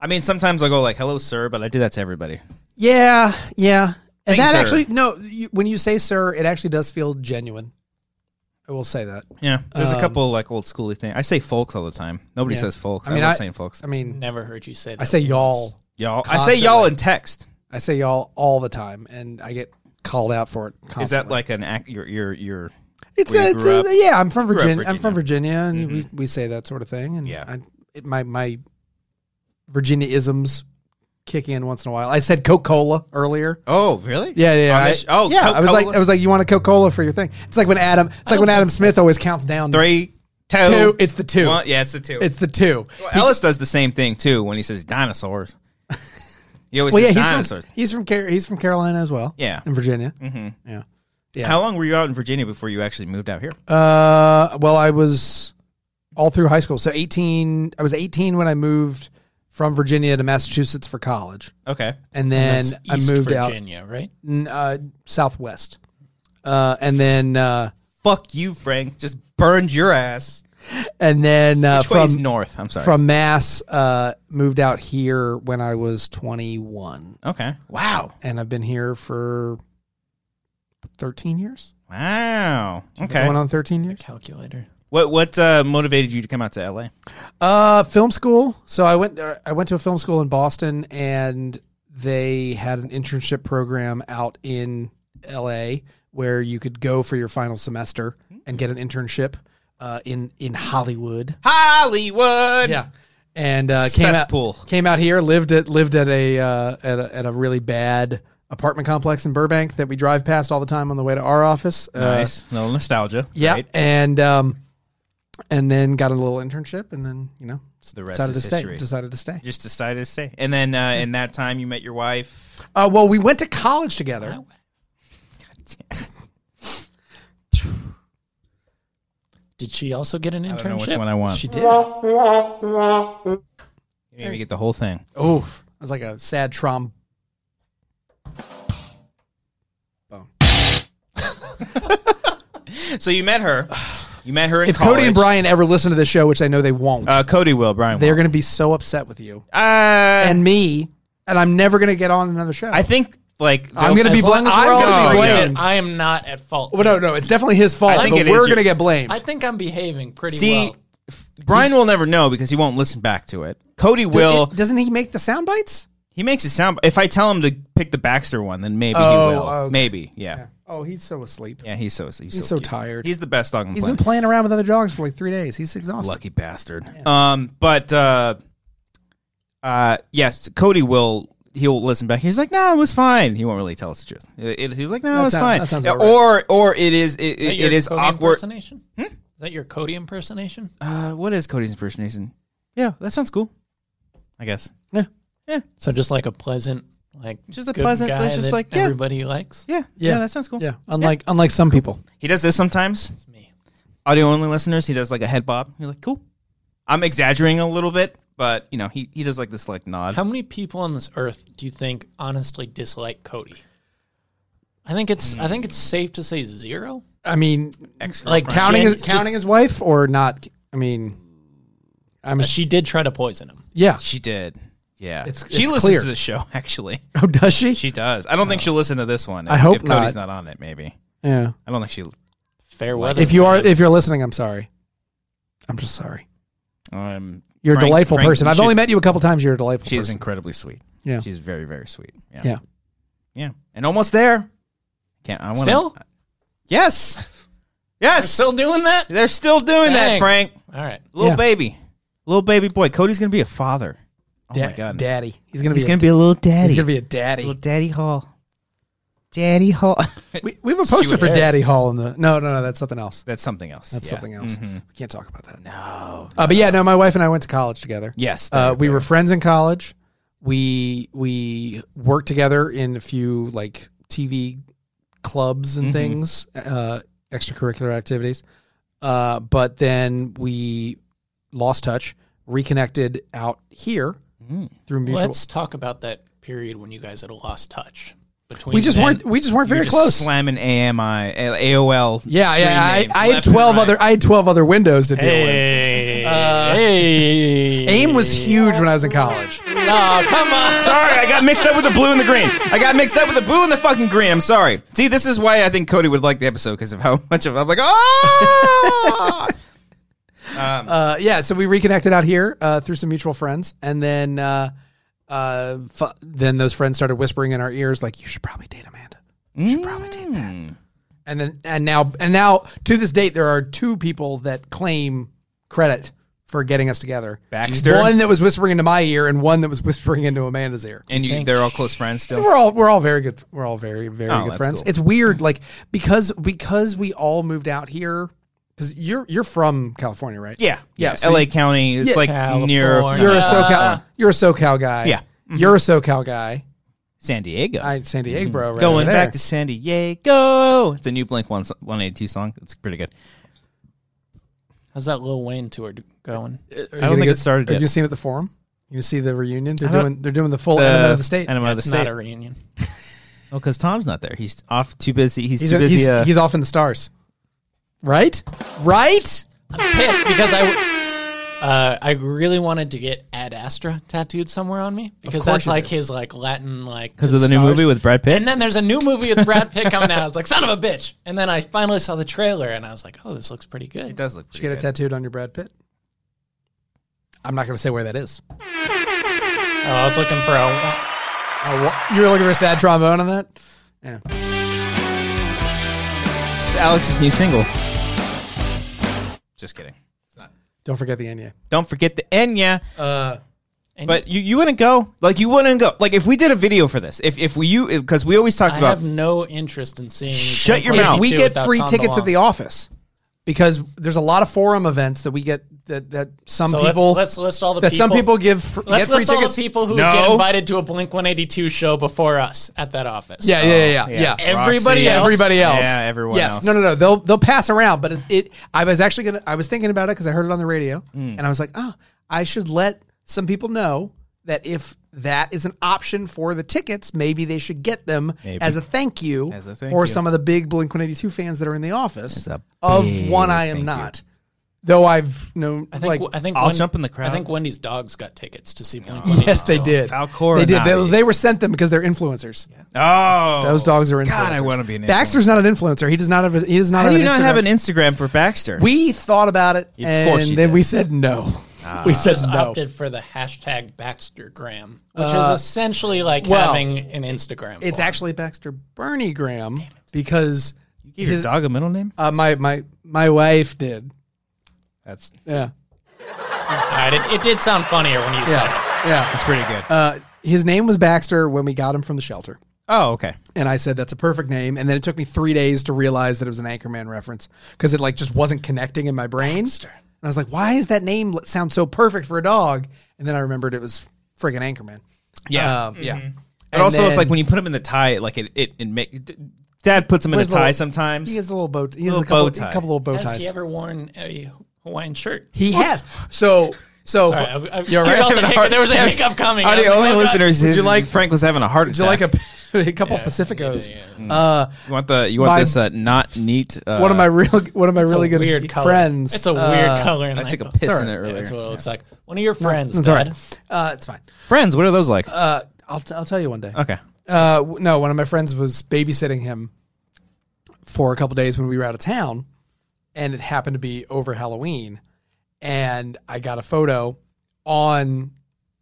I mean, sometimes I'll go like, hello, sir, but I do that to everybody.
Yeah, yeah. And
Thanks,
that
sir.
actually, no. You, when you say "sir," it actually does feel genuine. I will say that.
Yeah. There's a
Um,
couple like old schooly things. I say folks all the time. Nobody
Yeah.
says folks. I,
I mean,
love
I-
saying folks.
I mean,
Never heard you say that.
I say
once.
y'all.
y'all. I say y'all in text.
I say y'all all the time, and I get called out for it. Constantly.
Is that like an act? Your your your.
It's,
where
a,
you
it's
grew
a-
up?
yeah. I'm from
Grew up Mm-hmm.
Virginia. I'm from Virginia, and we, we say that sort of thing. And
Yeah.
I, it, my my Virginia isms kick in once in a while. I said Coca Cola earlier.
Oh really?
Yeah, yeah.
On
I,
this- oh
yeah. I was
Coca-Cola?
like, I was like, you want a Coca Cola for your thing? It's like when Adam. It's like when Adam Smith always counts down
three, two,
Two. It's the two.
One, yeah, it's the two.
It's the two.
well, Ellis does the same thing too when he says
(laughs)
dinosaurs. He always
Well, yeah,
says
he's
dinosaurs.
from he's from Car- he's from Carolina as well.
Yeah.
in Virginia. Mm-hmm. Yeah, yeah.
How long were you out in Virginia before you actually moved out here?
Uh, well, I was all through high school. So eighteen, I was eighteen when I moved from Virginia to Massachusetts for college,
Okay.
and then
That's
I
East
moved
Virginia, right?
out n- uh, Southwest, uh, and then uh,
Fuck you, Frank. Just burned your ass.
and then uh,
Which way is
from
north? I'm sorry.
from Mass uh, moved out here when I was twenty one,
okay. Wow.
and I've been here for thirteen years.
Wow. Okay.
Going on thirteen years.
Calculator.
What what uh, motivated you to come out to LA?
Uh, film school. So I went. Uh, I went to a film school in Boston, and they had an internship program out in L.A. where you could go for your final semester and get an internship uh, in in Hollywood.
Hollywood.
Yeah, and uh, came
Cesspool.
out came out here. lived at lived at a, uh, at a at a really bad apartment complex in Burbank that we drive past all the time on the way to our office. Uh,
Nice. no nostalgia.
Yeah,
right?
and um, and then got a little internship, and then you know
The rest
decided
is
to stay.
history.
Decided to stay.
Just decided to stay. And then uh, in that time, you met your wife.
Uh, well, we went to college together.
Oh,
Did she also get an
I don't know which
internship?
one I want.
She did. Oh,
you need to get the whole thing.
it was like a sad trom.
So you met her. You met her in
If Cody
college.
and Brian ever listen to this show, which I know they won't,
Uh, Cody will. Brian
they're
will.
going to be so upset with you
Uh, and
and me, and I'm never going to get on another show.
I think like
I'm gonna
they'll-
be
As long
bla-
as we're
I'm
all
gonna be
blamed,
blamed.
I am not at fault.
well, no, no, it's definitely his fault.
I think
but
it is
we're
your-
going to get blamed.
I think I'm behaving pretty
See,
well.
Brian will never know because he won't listen back to it. Cody will.
It- doesn't he make the sound bites?
he makes it sound. If I tell him to pick the Baxter one, then maybe
Oh,
he will.
okay.
Maybe, yeah. yeah,
Oh, he's so asleep.
He's so he's,
He's so
cute.
tired.
He's the best dog. on
He's been
planet.
playing around with other dogs for like three days. He's exhausted.
lucky bastard. Um, but uh, uh, yes, Cody will. He'll listen back. He's like, "No, it was fine." He won't really tell us the truth. It, it- he's like, "No,
That
it was
sound-
fine."
that sounds
Yeah,
about
Or,
right.
or it is. It,
Is that
it-
your
it is
Cody
awkward.
Impersonation? Is that your Cody impersonation?
Uh, what is Cody's impersonation? Yeah, that sounds cool. I guess.
Yeah.
So just like a pleasant, like
Just a
good
pleasant-
guy
it's just
that
like, yeah.
everybody likes.
Yeah, yeah, that sounds cool.
Yeah, unlike unlike some people.
He does this sometimes.
It's me.
Audio only listeners, he does like a head bob. You're like, cool. I'm exaggerating a little bit, but you know, he, he does like this like nod.
How many people on this earth do you think honestly dislike Cody? I think it's I think it's safe to say zero.
I mean,
Ex-girlfriend.
Like
counting
Jen-
his counting his wife or not? I mean, I'm
just- she did try to poison him.
yeah.
she did. Yeah,
It's-
she
it's
listens
clear.
to the show. (laughs) Actually,
Oh, does she?
she does. I don't think she'll listen to this one.
I
if-
hope
if Cody's
not.
not on it. Maybe
yeah.
I don't think she.
Fair weather.
If you are if you're listening, I'm sorry. I'm just sorry.
Um,
You're a
Frank-
delightful
Frank,
person.
you
I've only
should-
met you a couple times. You're a delightful
She is
person.
incredibly sweet.
Yeah.
she's very very sweet. Yeah,
Yeah.
yeah. and almost there. Can't I want
Still?
Yes, yes.
(laughs) still doing that,
They're still doing that,
Dang.
Frank.
all right.
Little
Yeah.
baby, little baby boy. Cody's gonna be a father. Oh my
Da-
god,
daddy. He's gonna be
he's
a
gonna be a little daddy.
He's gonna be a daddy.
daddy hall. Daddy hall.
We, we have a poster for
Harris.
Daddy Hall in the. No, no, no. That's something else.
That's something else.
That's
Yeah.
something else.
Mhm.
We can't talk about that.
No.
Uh, but yeah, no. My wife and I went to college together.
Yes.
Uh,
there-
we were friends in college. We we worked together in a few like TV clubs and things, uh, extracurricular activities. Uh, but then we lost touch, reconnected out here through mutual.
Let's talk about that period when you guys had lost touch between.
we just
then-
weren't we just weren't
You were
very
just
close.
Slamming AMI, A- AOL.
yeah,
screen
yeah. I,
names
I had
left and
twelve
right.
other I had twelve other windows to deal with.
(laughs) Hey,
Uh,
hey.
AIM was huge when I was in college. (laughs)
No, come on.
Sorry, I got mixed up with the blue and the green. I got mixed up with the blue and the fucking green. I'm sorry. See, this is why I think Cody would like the episode because of how (laughs) much of I'm like, (laughs) oh. Um,
uh, yeah, so we reconnected out here uh, through some mutual friends, and then uh, uh, fu- then those friends started whispering in our ears like, "You should probably date Amanda." You should probably date
mm,
that. And then and now and now to this date, there are two people that claim credit for getting us together.
Baxter?
one that was whispering into my ear, and one that was (laughs) whispering into Amanda's ear.
and you, they're all close friends still.
We're all we're all very good. We're all very very
Oh,
good
that's
friends.
cool.
It's weird, like because because we all moved out here. Because you're you're from California, right?
Yeah, yeah.
Yeah, so
LA
you-
County. It's
Yeah.
like near
California.
You're a
Yeah.
SoCal. You're a SoCal guy.
Uh, Yeah. Mm-hmm.
You're a SoCal guy.
San Diego.
I San Diego, bro. Right
Mm-hmm. Going
over
back to
there.
San Diego. It's a new Blink one one eighty two song. It's pretty good.
How's that Lil Wayne tour going?
Are you
don't
gonna
think
go-
it started
Are you
yet.
gonna see him at the forum? You gonna see the reunion? They're
I don't-
doing. They're doing the full Enema of the state.
Enema of the
That's not
state.
a reunion.
Oh, because Tom's not there. He's off. Too busy. He's,
He's,
too busy.
he's,
uh,
he's off in the stars. Right. Right.
pissed because I, uh, I really wanted to get Ad Astra tattooed somewhere on me because
course
that's
you
like his like Latin like
because of the new
stars.
movie with Brad Pitt.
And then there's a new movie with Brad Pitt coming out. I was like, son of a bitch. And then I finally saw the trailer and I was like, oh, this looks pretty
it
good.
does look.
Did
Pretty
you get it
good.
tattooed on your Brad Pitt? I'm not gonna say where that is.
Oh, I was looking for a.
Oh, wha- you were looking for a sad trombone on that. Yeah.
It's Alex's new single. Just kidding.
Don't forget the E Enya.
Don't forget the Enya.
Uh,
But you, you wouldn't go. Like you wouldn't go. Like if we did a video for this, if if we you because we always talked
I
about
have no interest in seeing.
Shut your
Blink
mouth.
if we
182
get
without
free
Tom
tickets at
DeLonge.
the office because there's a lot of forum events that we get that that some
So let's-
people
let's, list all the
that
people.
some people give fr-
Let's
get free
list all
tickets.
the people who
No.
get invited to a Blink 182 show before us at that office.
yeah, yeah, yeah, yeah, yeah.
Everybody
Roxy,
else.
Everybody else,
Yeah, everyone
Yes,
else.
no, no, no. They'll they'll pass around, but it. it I was actually gonna. I was thinking about it because I heard it on the radio,
Mm.
and I was like, oh, I should let some people know that if that is an option for the tickets, maybe they should get them
Maybe.
as a thank you
As a thank
for
you.
some of the big Blink One Eighty Two fans that are in the office.
a
Of
big
one, I
thank
am
you.
not. Though I've known,
I think
like,
I think
I'll jump in the crowd.
I think Wendy's dogs got tickets to see Blink.
(laughs) Yes, they did.
Falcor
they did.
Nadi.
They, they were sent them because they're influencers.
Oh,
Those dogs are influencers.
God, I want to be an.
Baxter's not an influencer. He does not have. A, he does not.
How
have
do you
an
not
Instagram.
have an Instagram for Baxter?
We thought about it,
Of
and
course
then
you did.
we said no. we said
Just
no. Uh,
opted for the hashtag BaxterGram, which is essentially like
well,
having an Instagram.
It's
form.
actually Baxter Bernie Graham because
Give your
his-
dog a middle name.
uh, my my my wife did.
That's
Yeah,
All right, it, it did sound funnier when you said it.
yeah, yeah.
that's pretty good.
Uh, his name was Baxter when we got him from the shelter,
oh, okay.
and I said that's a perfect name. And then it took me three days to realize that it was an Anchorman reference because it like just wasn't connecting in my brain. And I was like, why is that name l- sound so perfect for a dog? And then I remembered it was friggin' Anchorman.
Yeah. Mm-hmm.
Mm-hmm.
Um, yeah.
But
And
also, it's
then-
like when you put him in the tie, like it it, it make that puts him in a
Where's the
tie
little-
sometimes.
He has a little bow. He has
Little
a couple,
bow
a
tie.
couple little bow
Has
ties.
he ever worn a Hawaiian shirt?
He has. So so
Sorry, I, I,
you're
I felt
Having
right.
a
a
hiccup.
hard-
there was a hiccup coming.
Are
I
the
was like,
only
oh, God.
listeners?
Would you
is
like-
Frank was having a heart attack?
Would
(laughs)
you like a, (laughs) a couple Pacificos? Uh,
You want the you want
My-
this uh, not neat? Uh,
one of my real one of my
It's a
really good
weird
s-
color.
friends.
It's a weird
uh,
color. In
I
that
took a
book.
piss in it
Yeah, that's
earlier.
what it looks like. One of your friends,
It's all
Dad.
right. Uh, it's fine.
Friends, what are those like?
Uh, I'll t- I'll tell you one day.
okay,
Uh, w- no, one of my friends was babysitting him for a couple days when we were out of town, and it happened to be over Halloween, and I got a photo on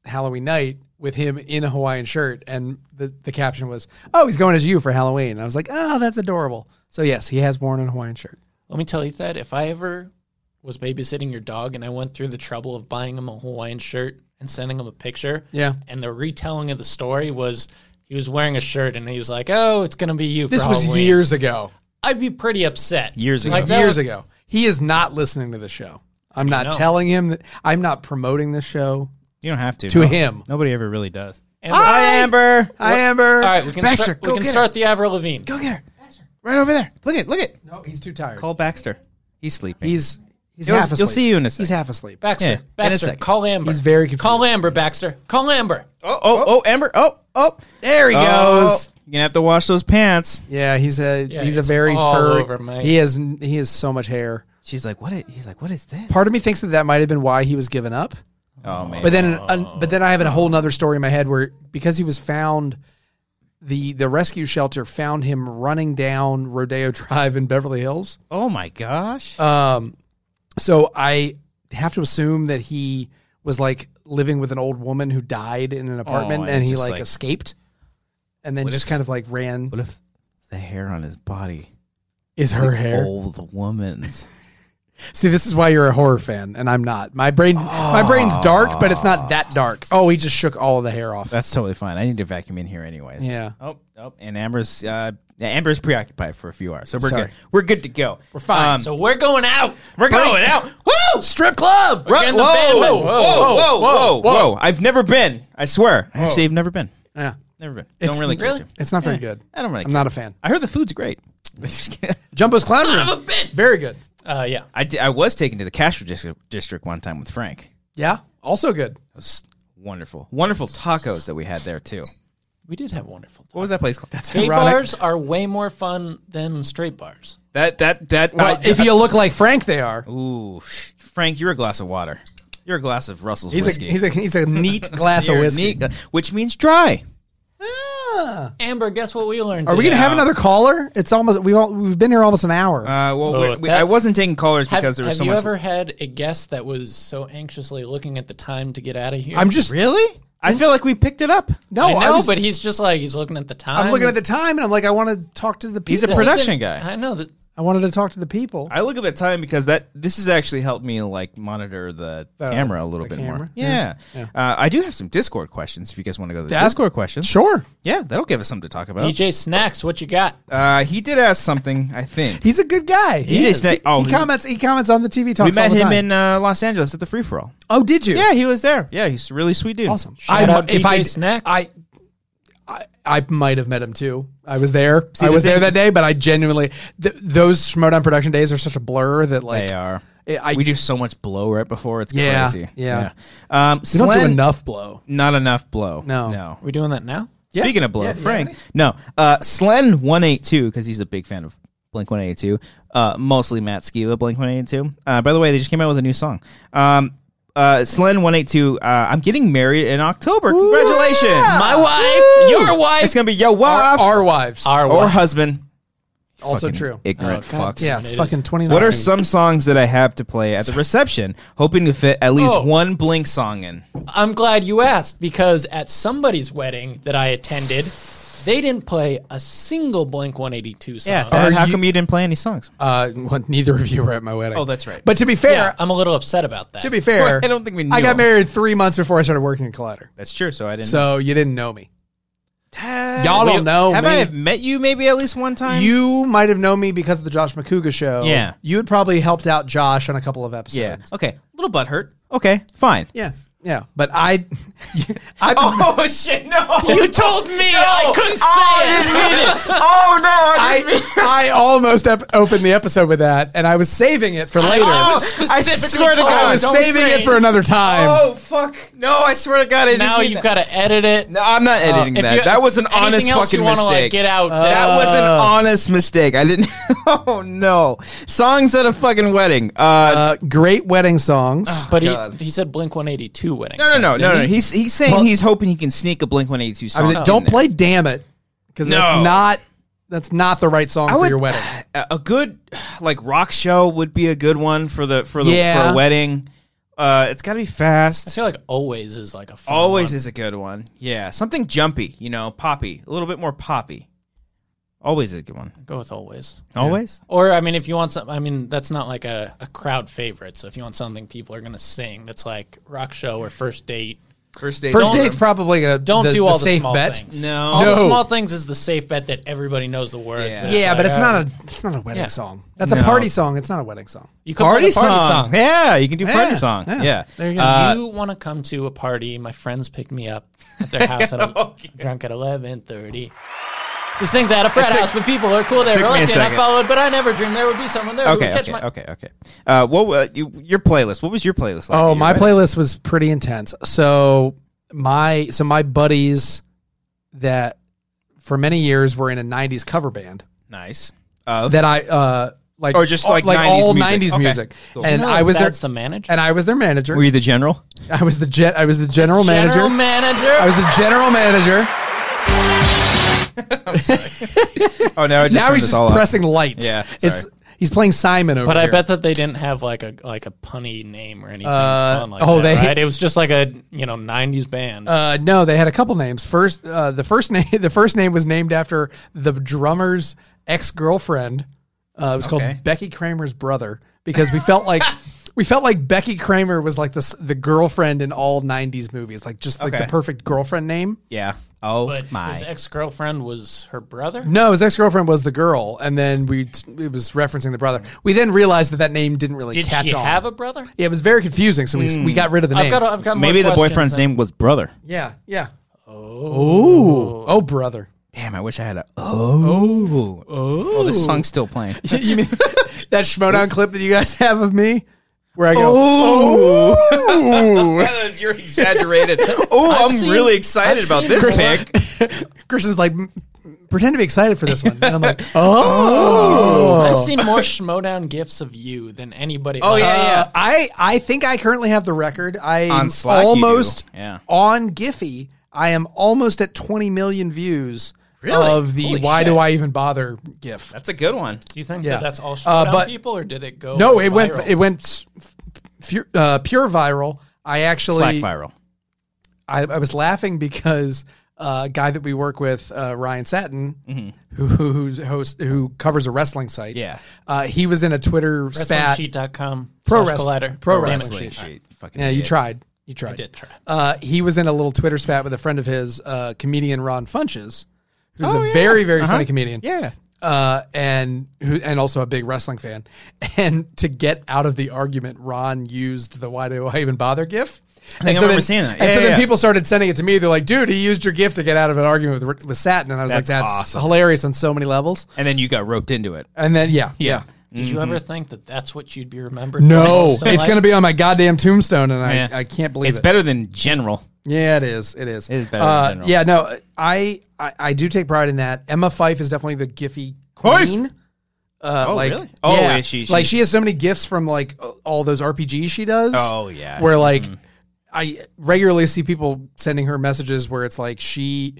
Halloween night with him in a Hawaiian shirt, and the the caption was, "Oh, he's going as you for Halloween." And I was like, "Oh, that's adorable." So yes, he has worn a Hawaiian shirt.
Let me tell you that if I ever was babysitting your dog and I went through the trouble of buying him a Hawaiian shirt and sending him a picture,
Yeah.
and the retelling of the story was he was wearing a shirt and he was like, "Oh, it's gonna be you."
This
for
was
Halloween."
years ago.
I'd be pretty upset.
Years ago.
Like, that
years
would-
ago. He is not listening to the show. I'm not
know.
telling him that I'm not promoting this show.
you don't have to.
To him.
nobody ever really does.
And-
Hi, Amber.
Hi, Amber.
All right, we can
Baxter,
start, we
go
can
get
start the Avril Lavigne.
Go get her. Right over there. Look at look at.
No, he's too tired.
Call Baxter. He's sleeping.
He's he's
You'll-
half asleep.
you'll see you in a second.
He's half asleep.
Baxter,
Yeah, in a
Baxter,
sec.
call Amber.
He's very
Call Amber, Baxter. Call Amber.
oh oh oh Amber. Oh oh. There
he goes.
You're gonna have to wash those pants.
Yeah, he's a
Yeah,
he's a
it's
very
all
fur.
over, mate.
he has he has so much hair.
She's like, what? Is, he's like, what is this?
Part of me thinks that that might have been why he was given up.
Oh man.
But then an- but then I have a whole nother story in my head where because he was found the the rescue shelter found him running down Rodeo (laughs) Drive in Beverly Hills.
oh my gosh.
Um, so I have to assume that he was like living with an old woman who died in an apartment,
Oh, and
and he
just,
like,
like-
escaped, and then just kind of like ran.
what if the hair on his body?
Is her hair?
Old woman's.
See, this is why you're a horror fan, and I'm not. My brain, my brain's dark, but it's not that dark. Oh, he just shook all of the hair
(laughs)
off.
That's totally fine. I need to vacuum in here anyways.
Yeah.
Oh, oh, and Amber's uh, Amber's preoccupied for a few hours, so we're
Sorry.
good. We're good to go. We're
fine.
So we're going out.
we're going out. Woo!
Strip club.
Ru-
in the
Whoa, whoa,
bandwagon.
whoa, whoa, whoa, whoa, I've never been. I swear. Actually, I've never been.
Yeah,
Never been.
It's-
don't really. care
really?
to.
it's not very good.
Eh, I don't really.
I'm not a fan.
I heard the food's (laughs) great. Just kidding.
Jumbo's clown room. Very good.
Uh, yeah.
I, di- I was taken to the Castro district, district one time with Frank. It
Yeah, also good.
was wonderful. Wonderful tacos that we had there too.
We did have wonderful time.
What was that place called? That's
Gay
ironic.
bars are way more fun than straight bars.
that that that.
Well, if you look like Frank, they are.
Ooh, Frank, you're a glass of water. You're a glass of Russell's
He's
whiskey.
a he's a he's
(laughs)
a neat glass of
You're
whiskey.
neat, uh, which means dry.
Ah.
Amber, guess what we learned?
Are we
today?
gonna have another caller? It's almost we all, we've been here almost an hour.
Uh, well,
Oh,
we- we-
that-
I wasn't taking callers
Have,
because there was
have
so
you
much.
ever had a guest that was so anxiously looking at the time to get out of here?
I'm just
really? I feel like we picked it up.
no,
I know,
I was-
but he's just like he's looking at the time.
I'm looking at the time and I'm like, I want to talk to the people.
He's a
This
production
isn't-
guy.
I know that.
I wanted to talk to the people.
I look at the time because that this has actually helped me like monitor the
The-
camera a little
the
bit
camera?
more. Yeah, Uh, I do have some Discord questions if you guys want to go to the
That-
Discord questions.
sure,
Yeah, that'll give us something to talk about.
DJ Snacks, what you got?
Uh, he did ask something, I think.
he's a good guy.
He is.
He,
Oh,
he
he-
comments. He comments on the TV talks.
we met
all the
him
time.
in uh, Los Angeles at the free for all.
Oh, did you?
Yeah, he was there. Yeah, he's a really sweet dude.
awesome.
Shout
mu-
out DJ Snack.
I, I, I might have met him too. I was there. I
the
was there
thing-
that day, but I genuinely th- those Schmodown production days are such a blur that like
They are.
I- I-
we do so much blow right before. It's
Yeah,
crazy.
yeah.
yeah. Um,
you don't do
Slen-
enough blow.
Not enough blow.
No.
No.
Are we doing that now?
Speaking of blow, Frank. No, uh, Slen one eight two because he's a big fan of Blink one eight two. Uh, mostly Matt Skiba, Blink one eight two. Uh, by the way, they just came out with a new song. Um, uh, Slen one eight two. Uh, I'm getting married in October. Congratulations,
My wife, your
It's
wife,
gonna be your wife
Our, our wives
our
or
wife.
husband.
also
Fucking
true.
Ignorant
Oh, God
fucks.
Yeah, it's fucking 2019.
What are some songs that I have to play at the reception, hoping to fit at least
Oh.
one Blink song in?
I'm glad you asked because at somebody's wedding that I attended, they didn't play a single Blink 182 song.
Yeah,
Are
how
you-
come you didn't play any songs?
Uh, well, neither of you were at my wedding.
Oh, that's right. (laughs)
But to be fair,
Yeah, I'm a little upset about that.
to be fair,
I don't think we knew
I got
him.
married three months before I started working at Collider,
That's true. So I didn't.
so you didn't know me.
y'all
Y'all don't know
Have
me.
I have met you maybe at least one time?
you might have known me because of the Josh McCouga show.
Yeah.
you had probably helped out Josh on a couple of episodes.
Yeah. Okay. A little butthurt. Okay. Fine.
yeah, yeah. Yeah, but I, (laughs) I
(laughs) Oh shit! (laughs) No,
You told me I couldn't say it.
(laughs) Oh no! I, didn't mean-
I, I almost ep- opened the episode with that, and I was saving it for later.
I was
Oh, I
specifically
swear to
told
God,
I was
don't
saving
say
it for another time.
oh fuck! No, I swear to God, I didn't
Now
mean
you've
that.
got to edit it.
No, I'm not editing
If
that.
you-
that was an
anything
honest
else
fucking
you wanna,
mistake.
Like, get out. uh,
That was an
Oh.
honest mistake. I didn't. (laughs) Oh no! Songs at a fucking wedding. Uh,
Uh, great wedding songs.
but
God.
he, he said Blink 182 winning.
no, no, no, no, no. He's he's saying
Well-
he's hoping he can sneak a Blink One Eighty Two
I
song.
was
in
like, don't
there.
play "Damn It" because
No.
that's not that's not the right song
I
for
would-
your wedding.
A a good like rock show would be a good one for the for the for
Yeah.
a wedding. Uh, it's got to be
I
fast.
feel like always is like a fun
Always
one.
is a good one. Yeah, something jumpy. You know, poppy. A little bit more poppy. Always is a good one.
Go with always.
Always.
Or I mean, if you want some, I mean, that's not like a, a crowd favorite. So if you want something people are gonna sing, that's like rock show or first date.
First date.
First date's probably a
Don't
the-
do
the
all the,
safe
small
bet.
things.
No.
all the
No.
small things is the safe bet that everybody knows the words.
Yeah.
Yeah, but it's
like,
not
uh,
a it's not a wedding
Yeah.
song. That's
No.
a party song. It's not a wedding song.
you could
party,
play the party
song.
song.
Yeah, you can do party
Yeah,
song. Yeah.
yeah. Uh,
There you go.
Uh,
you want to come to a party? My friends pick me up at
(laughs)
their house at
Oh,
a, drunk at eleven thirty. This thing's at a frat
took-
house, but people are cool. They're
took me a
reluctant. I
second.
followed, but I never dreamed there would be someone there who would
Okay,
catch
okay,
my.
okay, okay. Uh, what wa- you, your playlist? What was your playlist? Like
Oh,
Your
my
wedding?
playlist was pretty intense. So my so my buddies that for many years were in a '90s cover band
Nice. Uh,
that I uh like
Or Oh, just
all-
like 90s
all
music.
'90s
Okay.
music,
Cool.
and
You know
I
that
was their
that's the manager.
and I was their manager.
were you the general?
I was the jet. I was the general manager.
General manager.
I was the general manager.
Oh no! I just
now
turned this
he's just
all up.
pressing lights.
Yeah,
it's
sorry.
he's playing Simon over
But I
here.
bet that they didn't have like a like a punny name or anything
Uh,
fun like
oh,
that,
they-
right? It was just like a you know '90s band.
Uh, no, they had a couple names. First, uh, the first (laughs) name the first name was named after the drummer's ex girlfriend. Uh, it was
Okay.
called Becky Kramer's brother because we
(laughs)
felt like we felt like Becky Kramer was like the s- the girlfriend in all '90s movies, like just like
Okay.
the perfect girlfriend name.
Yeah. Oh
but
my.
his ex girlfriend was her brother.
No, his ex girlfriend was the girl, and then we t- it was referencing the brother. We then realized that that name didn't really
Did
catch
she
on.
have a brother?
yeah, it was very confusing, so we s we got rid of the
I've
name.
got. I've got. more
Maybe the
questions
boyfriend's
than-
name was brother.
yeah, yeah. Oh, oh, brother. (laughs)
Damn! I wish I had a. Oh. Oh. Oh. This song's still (laughs) playing.
you mean that Schmodown clip that you guys have of me? Where I
(laughs)
go,
Oh. You're exaggerated. (laughs) Oh,
I've
I'm
seen-
really excited
I've
about
seen
this
more-
pick.
(laughs) Christian's like, "M- pretend to be excited for this one. And
(laughs)
I'm like, oh.
I've seen more Schmodown gifts of you than anybody.
Oh,
else.
yeah, yeah.
Uh, I, I think I currently have the record. I
On
am
Slack you
almost
do. Yeah.
on Giphy. I am almost at 20 million views
Really?
of the
Holy
"Why
shit.
Do I Even Bother" GIF.
That's a good one.
Do you think
Yeah.
that that's all
Uh,
Schmodown
but-
people, or did it go?
Oh,
No, it went
viral?
it went s- f- uh, pure viral. I actually
Slack viral.
I, I was laughing because uh, a guy that we work with, uh, Ryan Satin,
Mm-hmm.
who who who's host, who covers a wrestling site,
Yeah.
uh, he was in a Twitter spat.
WrestlingSheet.com.
Pro
slash
wrestling-
Collider.
pro
Damn it.
wrestling.
Shit, fucking
Yeah, you
idiot.
tried. You tried.
I did try.
Uh, he was in a little Twitter spat with a friend of his, uh, comedian Ron Funches, who's
Oh,
a very very
Uh-huh.
funny comedian.
Yeah.
Uh, and who and also a big wrestling fan, (laughs) and to get out of the argument, Ron used the "Why do I even bother?" GIF. I
think I remember seeing that.
and
Yeah,
so
yeah,
then
yeah.
people started sending it to me. They're like, "Dude, he used your GIF to get out of an argument with with Satin," and I was like,
That's
"That's
awesome.
hilarious on so many levels."
And then you got roped into it.
And then yeah, yeah.
Did
Mm-hmm.
you ever think that that's what you'd be remembered?
No, it's gonna be on my goddamn tombstone, and I,
Yeah.
I can't believe
it's
it.
better than general.
Yeah, it is. It is. It
is better
Uh,
in general.
yeah, no, I, I I do take pride in that. Emma Fife is definitely the Giphy queen. Uh,
Oh,
like,
really? Oh,
yeah.
yeah, she- she-
like she has so many gifts from like uh, all those RPGs she does.
Oh, yeah.
where like I regularly see people sending her messages where it's like she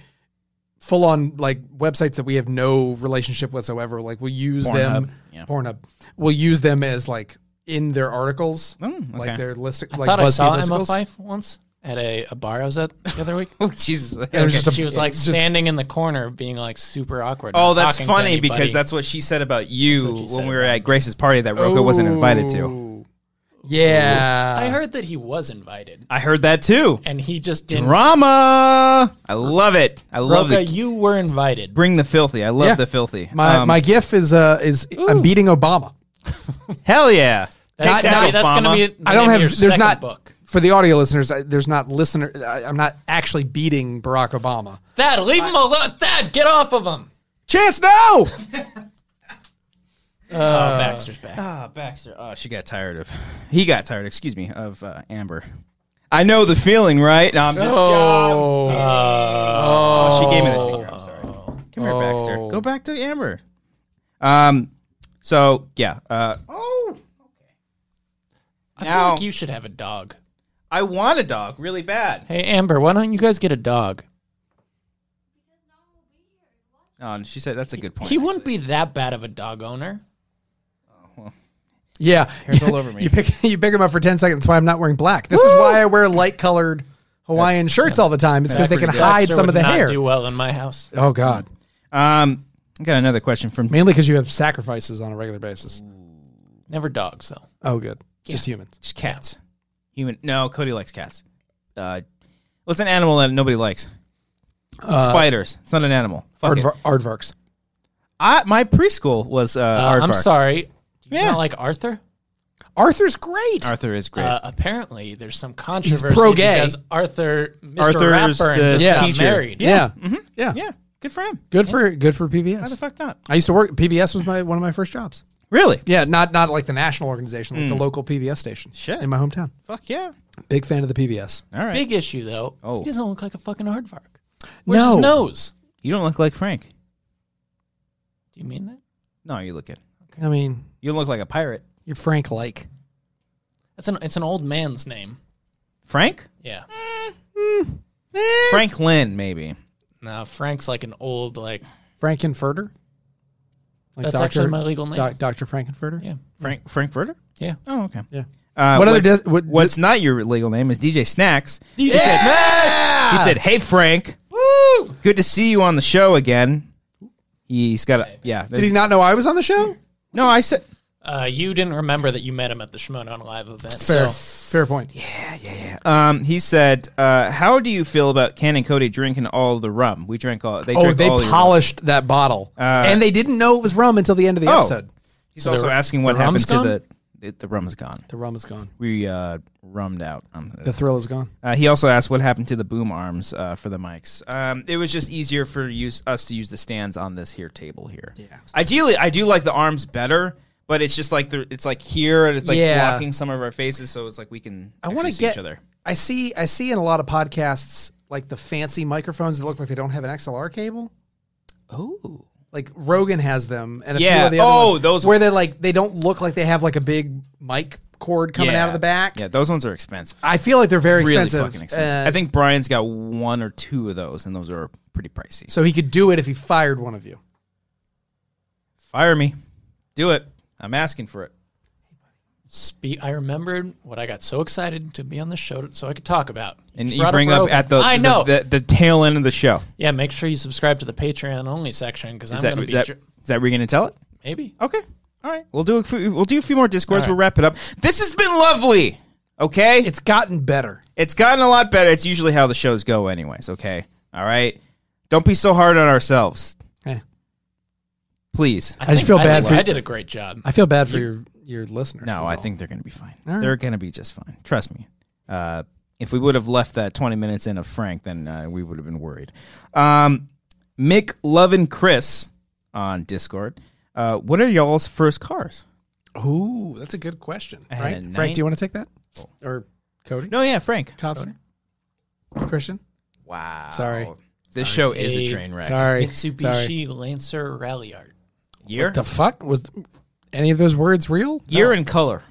full on like websites that we have no relationship whatsoever. Like we'll use
Pornhub.
them,
Yeah.
Pornhub. We'll use them as like in their articles,
Mm,
like
okay.
their list,
I
like
thought I
BuzzFeed
saw Emma
listicles.
Fife once at a, a bar I was at the other
(laughs)
week.
Oh, (laughs) Jesus.
And it
Okay.
was just a-
she was like
(laughs) just-
standing in the corner, being like super awkward.
Oh,
not
that's
talking to
funny because
anybody.
that's what she said about you
what she
when
said
we were
about
at Grace's party that Rocco wasn't invited to.
Ooh. Yeah.
I heard that he was invited,
I heard that too.
and he just didn't.
Drama. I love it. I love
Roca,
it.
you were invited.
Bring the filthy. I love
Yeah.
the filthy.
My
Um,
my gif is uh is I'm beating Obama.
hell yeah.
That's,
Take
gonna
that,
be, that's
Obama.
gonna be. the
I
name
don't
of
have-
Your
there's
second
not-
book.
for the audio listeners, I, there's not listener. I, I'm not actually beating Barack Obama.
Thad, leave him alone. Thad, get off of him.
Chance, no.
oh,
Uh,
Baxter's back.
Ah, Baxter. Oh, she got tired of. (sighs) He got tired. Excuse me of uh, Amber. I know the feeling, right? No, I'm just.
oh,
Oh, she gave me the finger. I'm sorry. Come here, Baxter.
Oh.
Go back to Amber. Um. So yeah. Uh. Oh.
I
Now-
feel like you should have a dog.
I want a dog really bad.
Hey, Amber, why don't you guys get a dog?
Oh, and she said that's a good point.
He wouldn't be that bad of a dog owner.
yeah.
Hair's
(laughs)
all over me.
You pick you pick them up for ten seconds. That's why I'm not wearing black. This is why I wear light colored Hawaiian shirts all the time. It's because they can
pretty good.
(laughs) hide
Baxter
some
would
of the
not
hair.
Do well in my house.
Oh God.
Um. I got another question from
Mainly because you have sacrifices on a regular basis.
Mm. Never dogs though.
Oh, good. Just humans.
Just cats. Human. No, Cody likes cats. Uh, what's an animal that nobody likes?
Uh,
Spiders. It's not an animal. Fuck it.
Aardvar- aardvarks.
I, my preschool was uh,
Uh, I'm
aardvark.
sorry. Do you
Yeah.
not like Arthur?
Arthur's great.
Arthur is great.
Uh, apparently, there's some controversy
pro-gay.
because Arthur, Mr.
Arthur's
Rapper,
the
and just
Yeah.
got
teacher.
married.
yeah. Yeah.
yeah, good for him.
Good for good for
Why the
PBS.
fuck not?
I used to work PBS was my one of my first jobs.
Really?
Yeah, not not like the national organization, like the local PBS station.
Shit.
In my hometown.
Fuck yeah.
Big fan of the PBS.
All right.
Big issue though.
Oh.
he doesn't look like a fucking aardvark. Where's
No.
his nose?
You don't look like Frank.
Do you mean that?
No, you look good.
I mean,
You don't look like a pirate.
you're Frank like.
That's an it's an old man's name.
Frank?
Yeah.
Frank Lynn, maybe.
No, Frank's like an old like
Frankenfurter? Like
That's actually my legal name.
Dr. Frankenfurter?
yeah
Frank Frankfurter?
yeah.
Oh, okay.
Yeah.
Uh,
What other
what's,
dis- what-
what's not your legal name is DJ Snacks.
DJ
He
Ah.
said, "Hey Frank,
Woo!
good to see you on the show again." He's got a yeah.
Did he not know I was on the show?
No, I said
Uh, you didn't remember that you met him at the Shimon Live event.
(laughs) Fair.
So
Fair point.
Um, he said, uh, "How do you feel about Ken and Cody drinking all the rum? We drank all. They
Oh,
drank
they
all your rum."
polished that bottle. and they didn't know it was rum until the end of the
Oh.
episode.
He's also asking what
the rum's
happened to
gone?
the it, the rum is gone.
The rum is gone.
We uh, rummed out. Um,
The thrill is gone.
uh, he also asked what happened to the boom arms uh, for the mics. Um, it was just easier for use us to use the stands on this here table here. Yeah. Ideally, I do like the arms better, but it's just like the, it's like here and it's like
Yeah.
blocking some of our faces, so it's like we can.
I want
actually
to
see
get.
each other.
I see. I see in a lot of podcasts like the fancy microphones that look like they don't have an XLR cable.
Oh.
Like Rogan has them, and a few
Yeah.
of the other
Oh,
ones
those-
where they like they don't look like they have like a big mic cord coming out of the back.
Yeah, those ones are expensive.
I feel like they're very
really
expensive.
fucking expensive.
Uh,
I think Brian's got one or two of those, and those are pretty pricey.
so. He could do it if he fired one of you.
Fire me, do it. I'm asking for it.
spe- I remembered what I got so excited to be on the show so I could talk about.
And you
brought
bring up
Rogan.
at the
I
the-
know.
the, the tail end of the show.
yeah, make sure you subscribe to the Patreon only section because I'm
Is
gonna
that,
be
that,
dr-
is that where you're gonna tell it?
maybe.
Okay, all right. We'll do a few, we'll do a few more discords. We'll wrap it up. This has been lovely. Okay,
It's gotten better.
it's gotten a lot better. It's usually how the shows go, anyways. Okay, all right. Don't be so hard on ourselves,
Eh.
please.
I just feel
I
bad
think
for
I
you.
did a great job.
I feel bad for your your listeners.
No,
is
I
all.
think they're going to be fine.
All right.
They're going to be just fine. Trust me. Uh, if we would have left that 20 minutes in of Frank, then uh, we would have been worried. Um, Mick, Love, and Chris on Discord. Uh, what are y'all's first cars?
Ooh, that's a good question.
had
Right,
a nine-
Frank, do you want to take that or Cody?
No, yeah, Frank.
Cobster, Christian.
Wow.
Sorry.
This show is a
Hey,
train wreck.
Sorry, sorry.
Mitsubishi Lancer Rally Art.
Year,
The fuck was any of those words real?
year and color.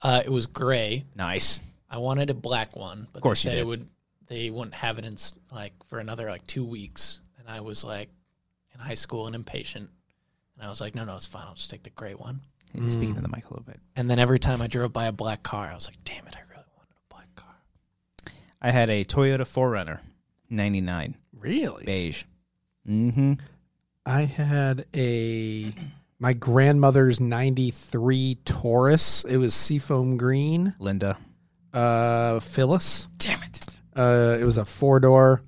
Uh, it was gray.
Nice.
I wanted a black one, but
course
they
you
said
did.
it would. They wouldn't have it in s- like for another like two weeks, and I was like in high school and impatient, and I was like, no, no, it's fine. I'll just take the gray one.
Hmm.
Speaking of the mic a little bit.
And then every time I drove by a black car, I was like, damn it, I really wanted a black car.
I had a Toyota 4Runner, 99,
Really?
beige. Mm-hmm.
I had a my grandmother's '93 Taurus. It was seafoam green.
Linda.
Uh, Phyllis.
Damn it.
Uh, it was a four door,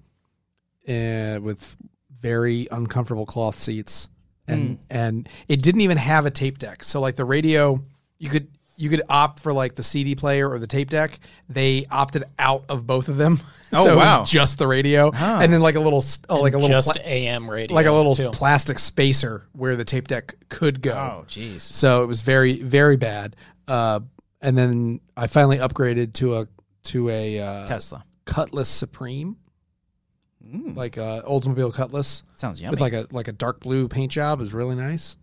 uh, with very uncomfortable cloth
Hmm.
seats, and and it didn't even have a tape deck. So like the radio, you could you could opt for like the CD player or the tape deck. They opted out of both of them. (laughs)
Oh,
so it
wow.
was just the radio, and then like a little sp- oh, like a little
just
pla-
AM radio,
like a little
too.
plastic spacer where the tape deck could go.
Oh. jeez.
So it was very, very bad. Uh, and then I finally upgraded to a to a uh,
Tesla. Mm,
Cutlass Supreme, like a Oldsmobile Cutlass
Sounds yummy.
with like a like a dark blue paint job. It was really nice.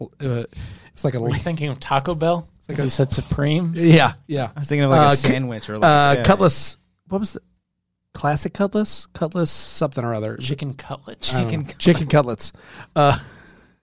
Uh, it's like a
Were you thinking of Taco Bell? Because you said Supreme.
(laughs) yeah yeah
I was thinking of like
Uh,
a
cu-
sandwich or like
uh,
yeah.
Cutlass. What was the classic Cutlass? Cutlass something or other.
Chicken cutlet.
I don't know. (laughs) chicken cutlets. Uh,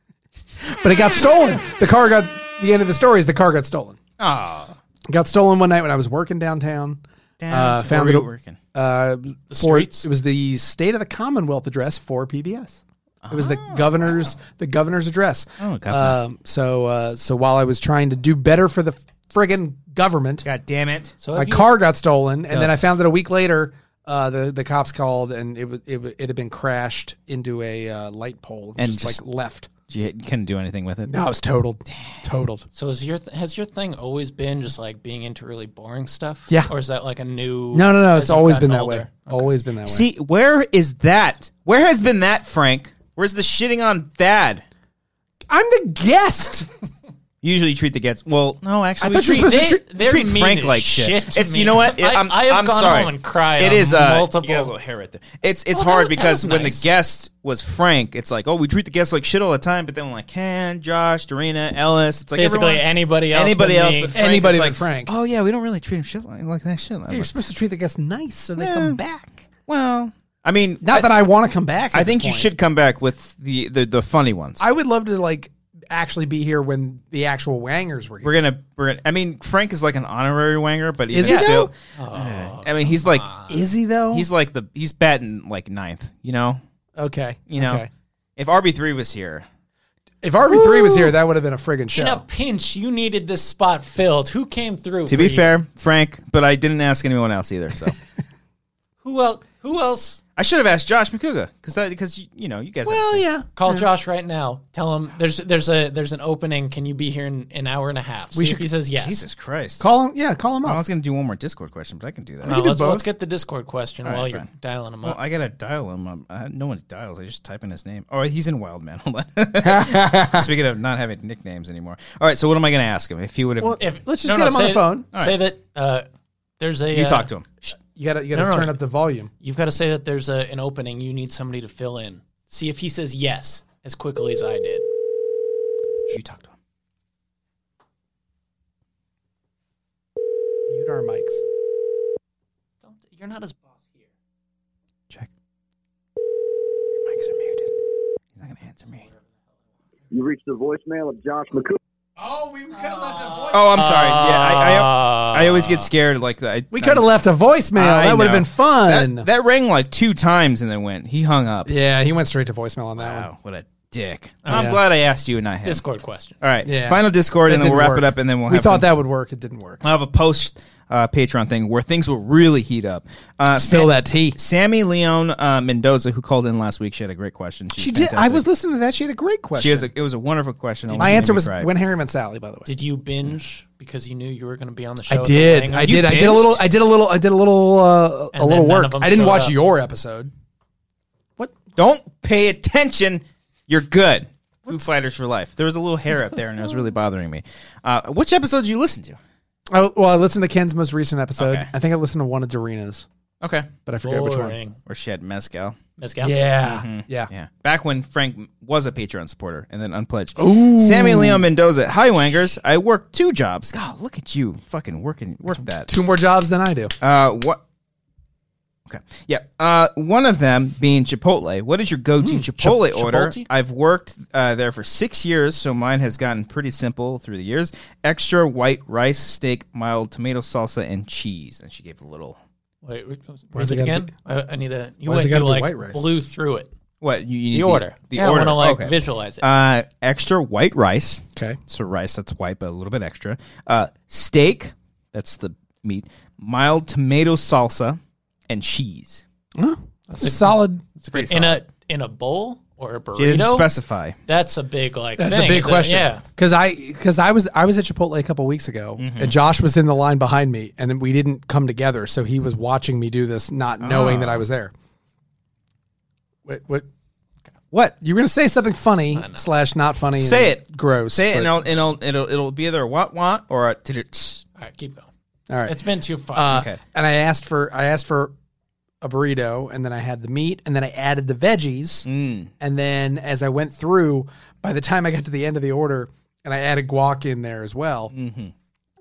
(laughs) but it got stolen. The car got the end of the story is the car got stolen.
Aw.
It got stolen one night when I was working downtown.
Damn,
found
where
it-
were you working.
Uh, for,
streets?
it was the State of the Commonwealth address for PBS. It was the governor's the governor's address.
Oh, governor.
um, so uh, so while I was trying to do better for the friggin' government,
God damn it.
So
my
have you-
car got stolen, and then I found that a week later, uh, the the cops called, and it was it, wa- it had been crashed into a uh, light pole
And
and just,
just-
like left.
You couldn't do anything with it.
No, it was totaled, totaled.
So is your th- has your thing always been just like being into really boring stuff?
Yeah.
Or is that like a new?
No, no, no.
as
It's
you've
always been
gotten
that way.
older?
Always been that way.
See, where is that? Where has been that, Frank? Where's the shitting on Thad?
I'm the guest.
You usually treat the gets. Well, no, actually,
I
we
thought you were
treat-
supposed
They,
to treat-
they're
treat
mean
Frank
as
like shit.
shit. to
It's-
me.
you know what? It-
I,
I'm-
I have
I'm
gone
sorry.
home and cried.
It
on
is uh,
multiple.
you got a little hair right there. It's it's
Oh, that
hard
was- that
because
was
when
nice.
the guest was Frank, it's like, oh, we treat the guests like shit all the time. But then when like Ken, Josh, Dorina, Ellis, it's like
Basically
everyone-
anybody else
anybody
but
else,
me.
but Frank,
Anybody
It's
but
like,
Frank.
Oh yeah, we don't really treat him shit like, like that shit.
(laughs) You're supposed to treat the guests nice so they
Yeah.
come back.
well, I mean,
Not that I want to come back. at
I
this
think you
point.
should come back with the the, the funny ones.
I would love to like actually be here when the actual wangers were here.
We're gonna, we're gonna. I mean, Frank is like an honorary wanger, but
Is
even
he
still, I mean, he's like,
Is he though?
he's like the, he's batting like ninth. You know,
okay.
you know.
okay.
If RB three was here,
If RB three was here, that would have been a friggin' show.
In a pinch, you needed this spot filled. Who came through?
to
for
be
you?
fair, Frank, but I didn't ask anyone else either. So
who else? Who else?
(laughs) I should have asked Josh McCuga because that because you, you know you guys. have a
well,
thing.
yeah.
Call Josh right now. Tell him there's there's a there's an opening. Can you be here in an hour and a half? See
should-
if he says yes.
Jesus Christ.
Call him. Yeah, call him
I
up.
was gonna do one more Discord question, but I can do that.
No,
do
Uh, let's, let's
both.
get the Discord question
right,
while you're
fine.
dialing him
Well,
up.
I gotta dial him. Up. I, no one dials. I just type in his name. Oh, he's in Wildman. (laughs) Hold on. Speaking of not having nicknames anymore. All right. So what am I gonna ask him if he would have?
Well,
If-
let's just get him on
say-
the phone.
All
Say that uh, there's a
you
uh,
talk to him.
You gotta you gotta
No, no,
turn
no.
up the volume.
You've got to say that there's a, an opening. You need somebody to fill in. See if he says yes as quickly as I did.
You talk to him.
Mute our mics.
Don't, you're not his boss here.
Check. Your mics are muted. He's not gonna answer me.
You reached the voicemail of Josh McCool.
Oh, I'm sorry. Yeah, I,
Uh,
I, I always get scared like that. I-
We could have left a voicemail.
I
that would have
know.
been fun.
That, that rang like two times and then went. He hung up.
yeah, he went straight to voicemail on that one.
Wow, what a dick. I'm
yeah.
glad I asked you and not him.
Discord question.
All right,
Yeah.
final Discord,
That
and then we'll wrap
didn't work.
it up, and then we'll
we
have
thought
some-
that would work. It didn't work.
I'll have a post uh, Patreon thing where things will really heat up. Uh,
Spill that tea.
Sammy Leon uh, Mendoza, who called in last week, she had a great question. She's
She did. I
fantastic.
was listening to that. She had a great question.
She has a, it was a wonderful question. It
My
made
answer
me
was
cry.
when Harry met Sally. By the way,
Did you binge because you knew you were going to be on the show?
I
at the
did.
wedding?
I
You
did. I did a
binged?
little. I did a little. I did a little. Uh,
And
a
then
little
none of
work.
them
I didn't
showed
watch
up.
your episode. What?
Don't pay attention. You're good. Foo Fighters for life. There was a little hair up there, and it was really bothering me. Uh, which episode did you listen to?
I, Oh, well, I listened to Ken's most recent episode.
Okay.
I think I listened to one of Dorina's,
Okay,
but I forget which one.
boring. Mm-hmm.
where she had mezcal.
Mezcal?
Yeah. yeah.
Yeah, back when Frank was a Patreon supporter and then unpledged. Sammy Leon Mendoza. Hi, Wangers. I work two jobs. God, look at you, fucking working, work that.
Two more jobs than I do.
Uh, what? Okay. Yeah. Uh, one of them being Chipotle. What is your go-to Chipotle
Hmm, Chip-
order?
Chipotle?
I've worked uh, there for six years, so mine has gotten pretty simple through the years. Extra white rice, steak, mild tomato salsa, and cheese. And she gave a little.
Wait, wait,
Why's
read
it
it
gotta
again? I, I need a. You
why's
went,
it gotta
you,
be
like,
white rice?
blew through it.
What you, you
The order.
The,
Yeah, I
order.
wanna, like,
okay.
visualize it.
Uh, extra white rice.
Okay.
So rice that's white, but a little bit extra. Uh, steak. That's the meat. Mild tomato salsa and cheese.
Huh? That's a solid.
in a in a bowl or a burrito.
She didn't specify.
That's a big like.
That's a
thing,
big
is it?
question.
Yeah,
Because I because I was I was at Chipotle a couple weeks ago, and Josh was in the line behind me, and then we didn't come together, so he was watching me do this, not knowing that I was there. What what
What?
you were gonna say something funny slash not funny? and
Say it.
gross.
Say it,
but-
and, I'll, and I'll, it'll it'll be either a what what or a tsk.
all right, keep going.
all right.
It's been too far.
Uh,
Okay.
And I asked for I asked for a burrito, and then I had the meat, and then I added the veggies, and then as I went through, by the time I got to the end of the order, and I added guac in there as well.
Mm-hmm.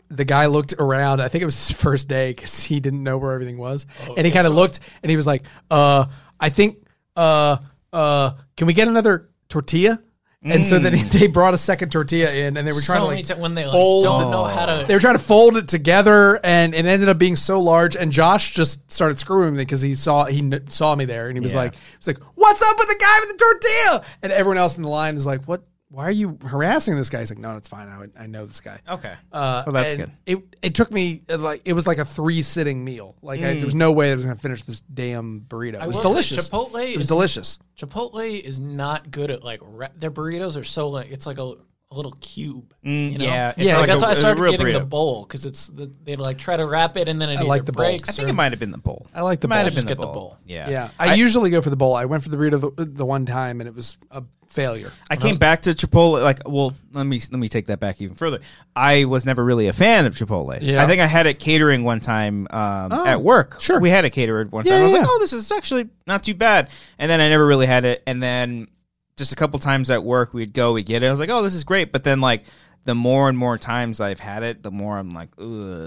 The guy looked around. I think it was his first day because he didn't know where everything was,
Oh,
and he kind of looked and he was like, "Uh, I think, uh, uh, can we get another tortilla?" And so then (laughs) they brought a second tortilla in, and they were trying
Mm. so
to
many
like
ti- when they like,
fold-
don't know how to.
they were trying to fold it together, and it ended up being so large. And Josh just started screwing me because he saw he kn- saw me there, and he was like, he was like, "What's up with the guy with the tortilla?" And everyone else in the line is like, "What? Why are you harassing this guy?" He's like, "No, it's fine. I, I know this guy."
Okay.
Uh,
Well, that's
and
good.
It it took me uh, like it was like a three sitting meal. Like I, there was no way I was gonna finish this damn burrito. It was
Mm. will say
delicious.
Chipotle
It was
is-
delicious.
Chipotle is not good at like re- their burritos are so like it's like a, a little cube. you know?
Mm, yeah, it's
yeah.
like
that's
a-
why I
a
started
real
getting the
burrito.
bowl because it's the, they like try to wrap it and then it either
like the bowl.
breaks.
I think
or-
it might have been the bowl.
I like the
it might
bowl.
have been
Just
the
get the
bowl.
bowl.
Yeah.
Yeah, I, usually go for the bowl. I went for the burrito the, the one time, and it was a failure.
I came back to Chipotle like well let me let me take that back even further. I was never really a fan of Chipotle.
Yeah. Oh,
I think I had it catering one time um, at work.
sure.
we had it catered one time.
Yeah,
I was like,
yeah.
oh, this is actually not too bad. And then I never really had it. And then just a couple times at work, we'd go, we'd get it. I was like, oh, this is great. But then like the more and more times I've had it, the more I'm like, ugh,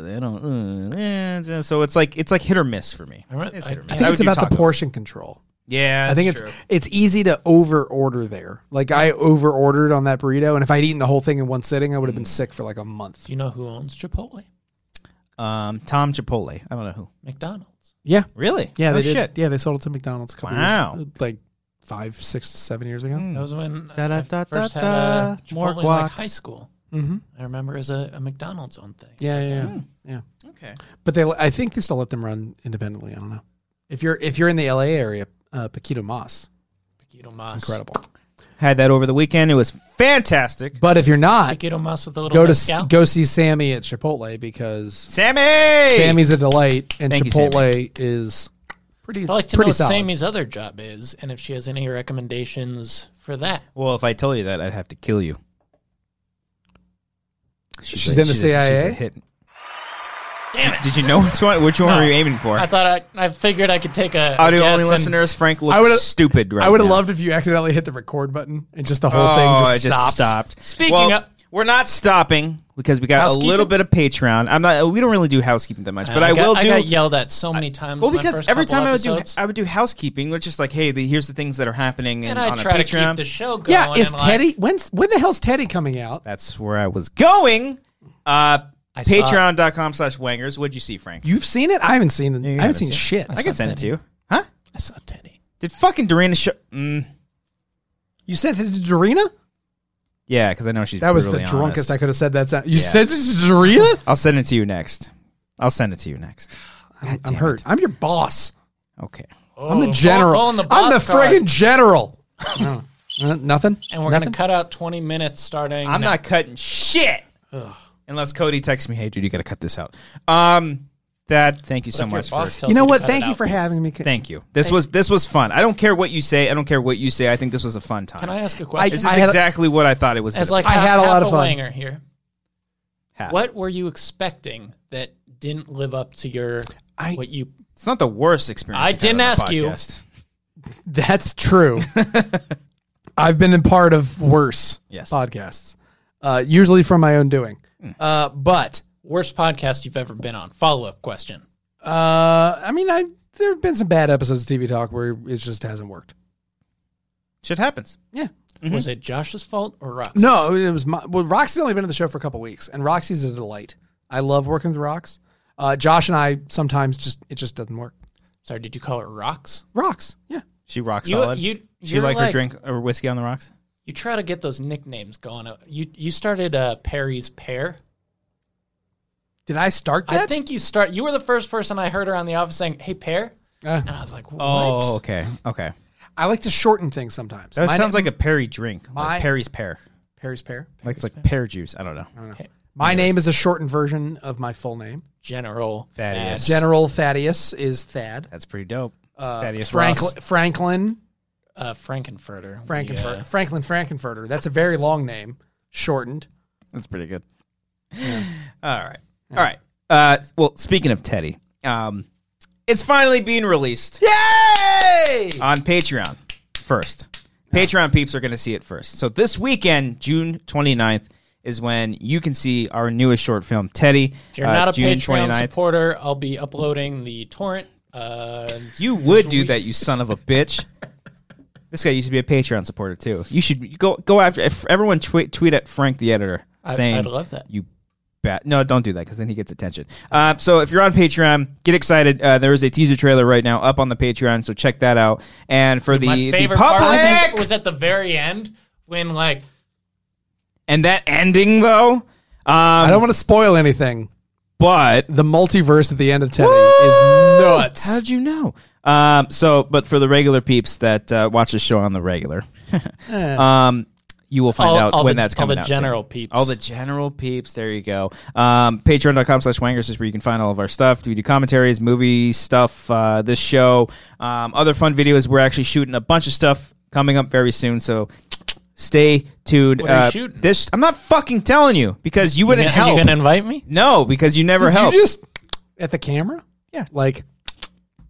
I don't. Ugh, eh. So it's like it's like hit or miss for me.
I remember-
it's hit or
I-
miss.
I
I think
would
it's
do
about the
tacos.
portion control.
Yeah,
I think
that's
it's
true.
it's easy to over order there. Like I over ordered on that burrito, and if I'd eaten the whole thing in one sitting, I would have been sick for like a month.
Do you know who owns Chipotle?
um, Tom Chipotle. I don't know who.
McDonald's.
Yeah,
Really?
yeah,
Oh,
they did.
shit.
Yeah, they sold it to McDonald's a couple
Wow.
years, like five, six, seven years ago.
That was when
Hmm. Da, da,
I
da,
first
da,
had uh,
da. More
Chipotle in like
guac.
high school.
Mm-hmm.
I remember as a, a McDonald's own thing.
Yeah, yeah,
Hmm.
yeah. yeah.
Okay.
But they, I think they still let them run independently. I don't know. If you're if you're in the L.A. area, uh, Paquito Moss,
Paquito Mas.
incredible.
Had that over the weekend. It was fantastic.
But if you're not,
Paquito Mas with a little
go
mezcal.
to go see Sammy at Chipotle because
Sammy.
Sammy's a delight, and
Thank you,
Chipotle is pretty.
I'd like to know
pretty
what
solid.
Sammy's other job is and if she has any recommendations for that.
Well, if I tell you that, I'd have to kill you.
She's in the CIA?
hit. Damn it! Did you know which one? Which one were you aiming for?
I thought I, I figured I could take a a
Audio
guess
only
and-
listeners. Frank
I
looks
would've-
stupid. Right
I would have
now.
loved if you accidentally hit the record button and just the whole
oh,
thing
it
just, stopped.
stopped.
Speaking
well,
of-
we're not stopping because we got a
Housekeeping?
little bit of Patreon. I'm not. We don't really do housekeeping that much, but I,
got-
will
I
do.
got yelled at so many times.
well,
in my
because
first
every
couple
time I would
episodes.
do, I would do housekeeping, which is like, hey, the, here's the things that are happening in,
and
on
I
a
try to
Patreon.
keep the show going.
Yeah, is
and, like,
Teddy? When's when the hell's Teddy coming out?
That's where I was going. Uh,
saw it.
Patreon.com slash wangers. What'd you see, Frank?
You've seen it? I haven't seen it. I haven't
haven't
seen
seen it.
shit.
I can send it to you. Huh?
I saw Teddy.
Did fucking Dorina show? Mm,
You sent it to Dorina?
yeah, because I know she's.
That was the
brutally
drunkest
honest.
I could have said that. Sound. You sent it to Dorina?
I'll send it to you next. I'll send it to you next.
I'm, I'm hurt. I'm your boss.
Okay.
I'm the
Oh,
general.
oh, and the
I'm the
boss card. (laughs)
friggin' general. Uh, uh, nothing.
And we're going to cut out 20 minutes starting.
I'm
now.
not cutting shit unless Cody texts me, "Hey, dude, you got to cut this out." Um, that. Thank you so
If your
much for.
boss tells
You know
to
what?
cut it
Thank you
out.
for having me.
Thank you. This was this was fun. I don't care what you say. I don't care what you say. I think this was a fun time.
Can I ask a question?
This
I
is
had a-
exactly what I thought it was.
As
gonna
like
I
half-
had a
half
lot of fun.
wanger here.
have.
What were you expecting that didn't live up to your
I-
what you
It's not the worst experience.
I
I've had
didn't
on a
ask you.
podcast.
That's true. I've been a part of worse
Yes.
podcasts, uh, usually from my own doing. Uh, but
worst podcast you've ever been on? Follow up question.
uh, I mean, I there have been some bad episodes of TV Talk where it just hasn't worked.
Shit happens.
Yeah.
Mm-hmm.
Was it Josh's fault or Rox?
No, it was my, well. Roxy's only been on the show for a couple weeks, and Roxy's a delight. I love working with Rox. Uh, Josh and I sometimes just it just doesn't work.
Sorry, did you call it Rox?
Rocks, yeah.
She rock
You-
solid.
you-
she
you're
like, her
like-
drink or whiskey on the rocks.
You try to get those nicknames going. Uh, You you started uh, Perry's Pear.
Did I start that?
I think you start. You were the first person I heard around the office saying, "Hey, Pear,"
Uh,
and I was like, "What?"
Oh, okay, okay.
I like to shorten things sometimes.
That
My
sounds
na-
like a Perry drink.
my-
like Perry's pear.
Perry's pear.
Like it's like pear juice. I don't know.
My name is a shortened version of my full name.
General uh,
Thaddeus.
Thaddeus.
General Thaddeus is Thad.
That's pretty dope.
Uh,
Thaddeus
Frankl-
Ross.
Franklin,
uh, Frankenfurter.
Frankenfur-
The, uh,
Franklin Frankenfurter. That's a very long name, shortened.
That's pretty good. All right. All right. Uh, well, speaking of Teddy, um, it's finally being released
Yay!
on Patreon first. Patreon peeps are going to see it first. So this weekend, June 29th, is when you can see our newest short film, Teddy.
if you're
uh,
not a
June
Patreon supporter, I'll be uploading the torrent. Uh,
You would do that, you son of
(laughs)
a bitch. This guy used to be a Patreon supporter too. You should you go go after if everyone tweet tweet at Frank the editor
I-
saying
I'd love that.
You bat. No, don't do that because then he gets attention. Uh, so if you're on Patreon, get excited. Uh, there is a teaser trailer right now up on the Patreon, so check that out. And for
my
the, the
favorite
public
part was at, was at the very end when like
and that ending though, um,
I don't want to spoil anything.
but
The multiverse at the end of Teddy is nuts.
How'd you know? Um, so, but for the regular peeps that uh, watch the show on the regular, (laughs)
Eh.
um, you will find
all,
out
all
when
the,
that's
all
coming
the
out. soon.
general peeps.
All the general peeps. There you go. Um, Patreon.com slash wangers is where you can find all of our stuff. We do commentaries, movie stuff, uh, this show, um, other fun videos. We're actually shooting a bunch of stuff coming up very soon. So stay tuned. Uh,
What are you shooting?
This I'm not fucking telling you because you wouldn't
Are
help.
you gonna invite me?
no, because you never
Did
help.
you just at the camera?
Yeah.
Like,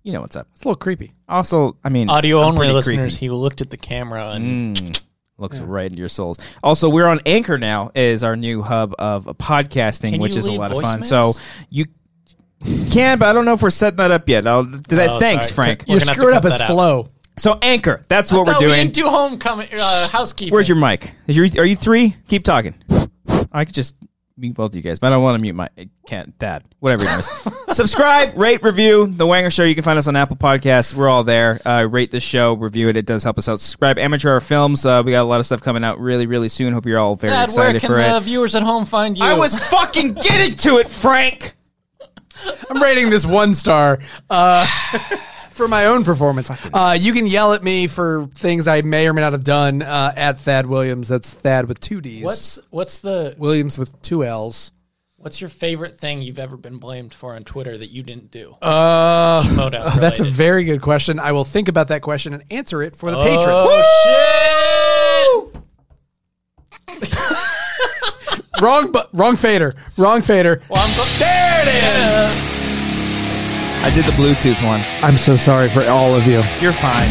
you know what's up.
it's a little creepy.
Also, I mean,
Audio
I'm
only
pretty
listeners.
creepy.
He looked at the camera and
Mm, looks right into your souls. Also, we're on Anchor now is our new hub of podcasting,
Can
which
you
is a
leave
lot of fun.
voicemails?
So you can, but I don't know if we're setting that up yet. I'll, th- that,
Oh,
thanks,
sorry.
Frank.
We're
You're
gonna have to
screwed
cut
up as
that out.
flow.
So Anchor, that's what we're
Thought We
doing.
didn't do homecoming uh, housekeeping.
Where's your mic? Is your, are you three? Keep talking. I could just mute both of you guys, but I don't want to mute my I can't that whatever. It is. Subscribe, rate, review the Wanger Show. You can find us on Apple Podcasts. We're all there. Uh, rate the show, review it. It does help us out. Subscribe, Amateur Hour Films. Uh, we got a lot of stuff coming out really, really soon. Hope you're all very
Dad, where
excited
can
for
the
it.
viewers at home find you?
I was fucking getting to it, Frank.
I'm rating this one star
(laughs)
uh, for my own performance. Uh, you can yell at me for things I may or may not have done uh, at Thad Williams. That's Thad with two D's.
What's what's the
Williams with two L's.
what's your favorite thing you've ever been blamed for on Twitter that you didn't do?
Uh,
Moto
(laughs)
that's a
related.
very good question. I will think about that question and answer it for the
Oh.
patrons.
Oh shit!
(laughs)
Wrong, bu- wrong fader. Wrong fader.
Well, I'm go- there it is.
I did the Bluetooth one.
I'm so sorry for all of you.
You're fine.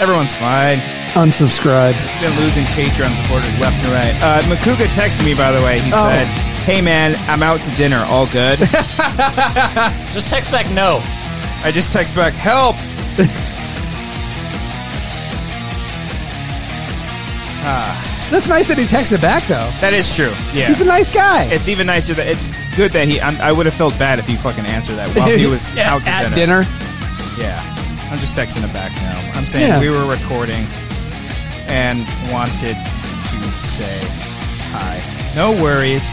Everyone's fine.
Unsubscribe.
been losing Patreon supporters left and right. Uh, Makuga texted me, by the way. He
Oh.
said, Hey, man, I'm out to dinner. All good.
Just text back no.
I just text back, Help!
That's nice that he texted back though.
That is true. Yeah.
He's a nice guy.
it's even nicer that it's good that he. I'm, I would have felt bad if he fucking answered that while
(laughs)
he was
Yeah,
out to
at
dinner.
dinner.
Yeah. I'm just texting it back now. I'm saying
Yeah.
we were recording and wanted to say hi. No worries.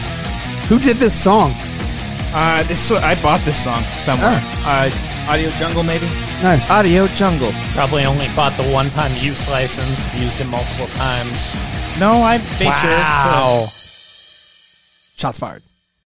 Who did this song?
Uh, this I bought this song somewhere. Uh, Audio Jungle, maybe.
Nice.
Audio Jungle.
Probably only bought the one-time use license, used it multiple times.
No, I made sure.
Wow.
Shots fired.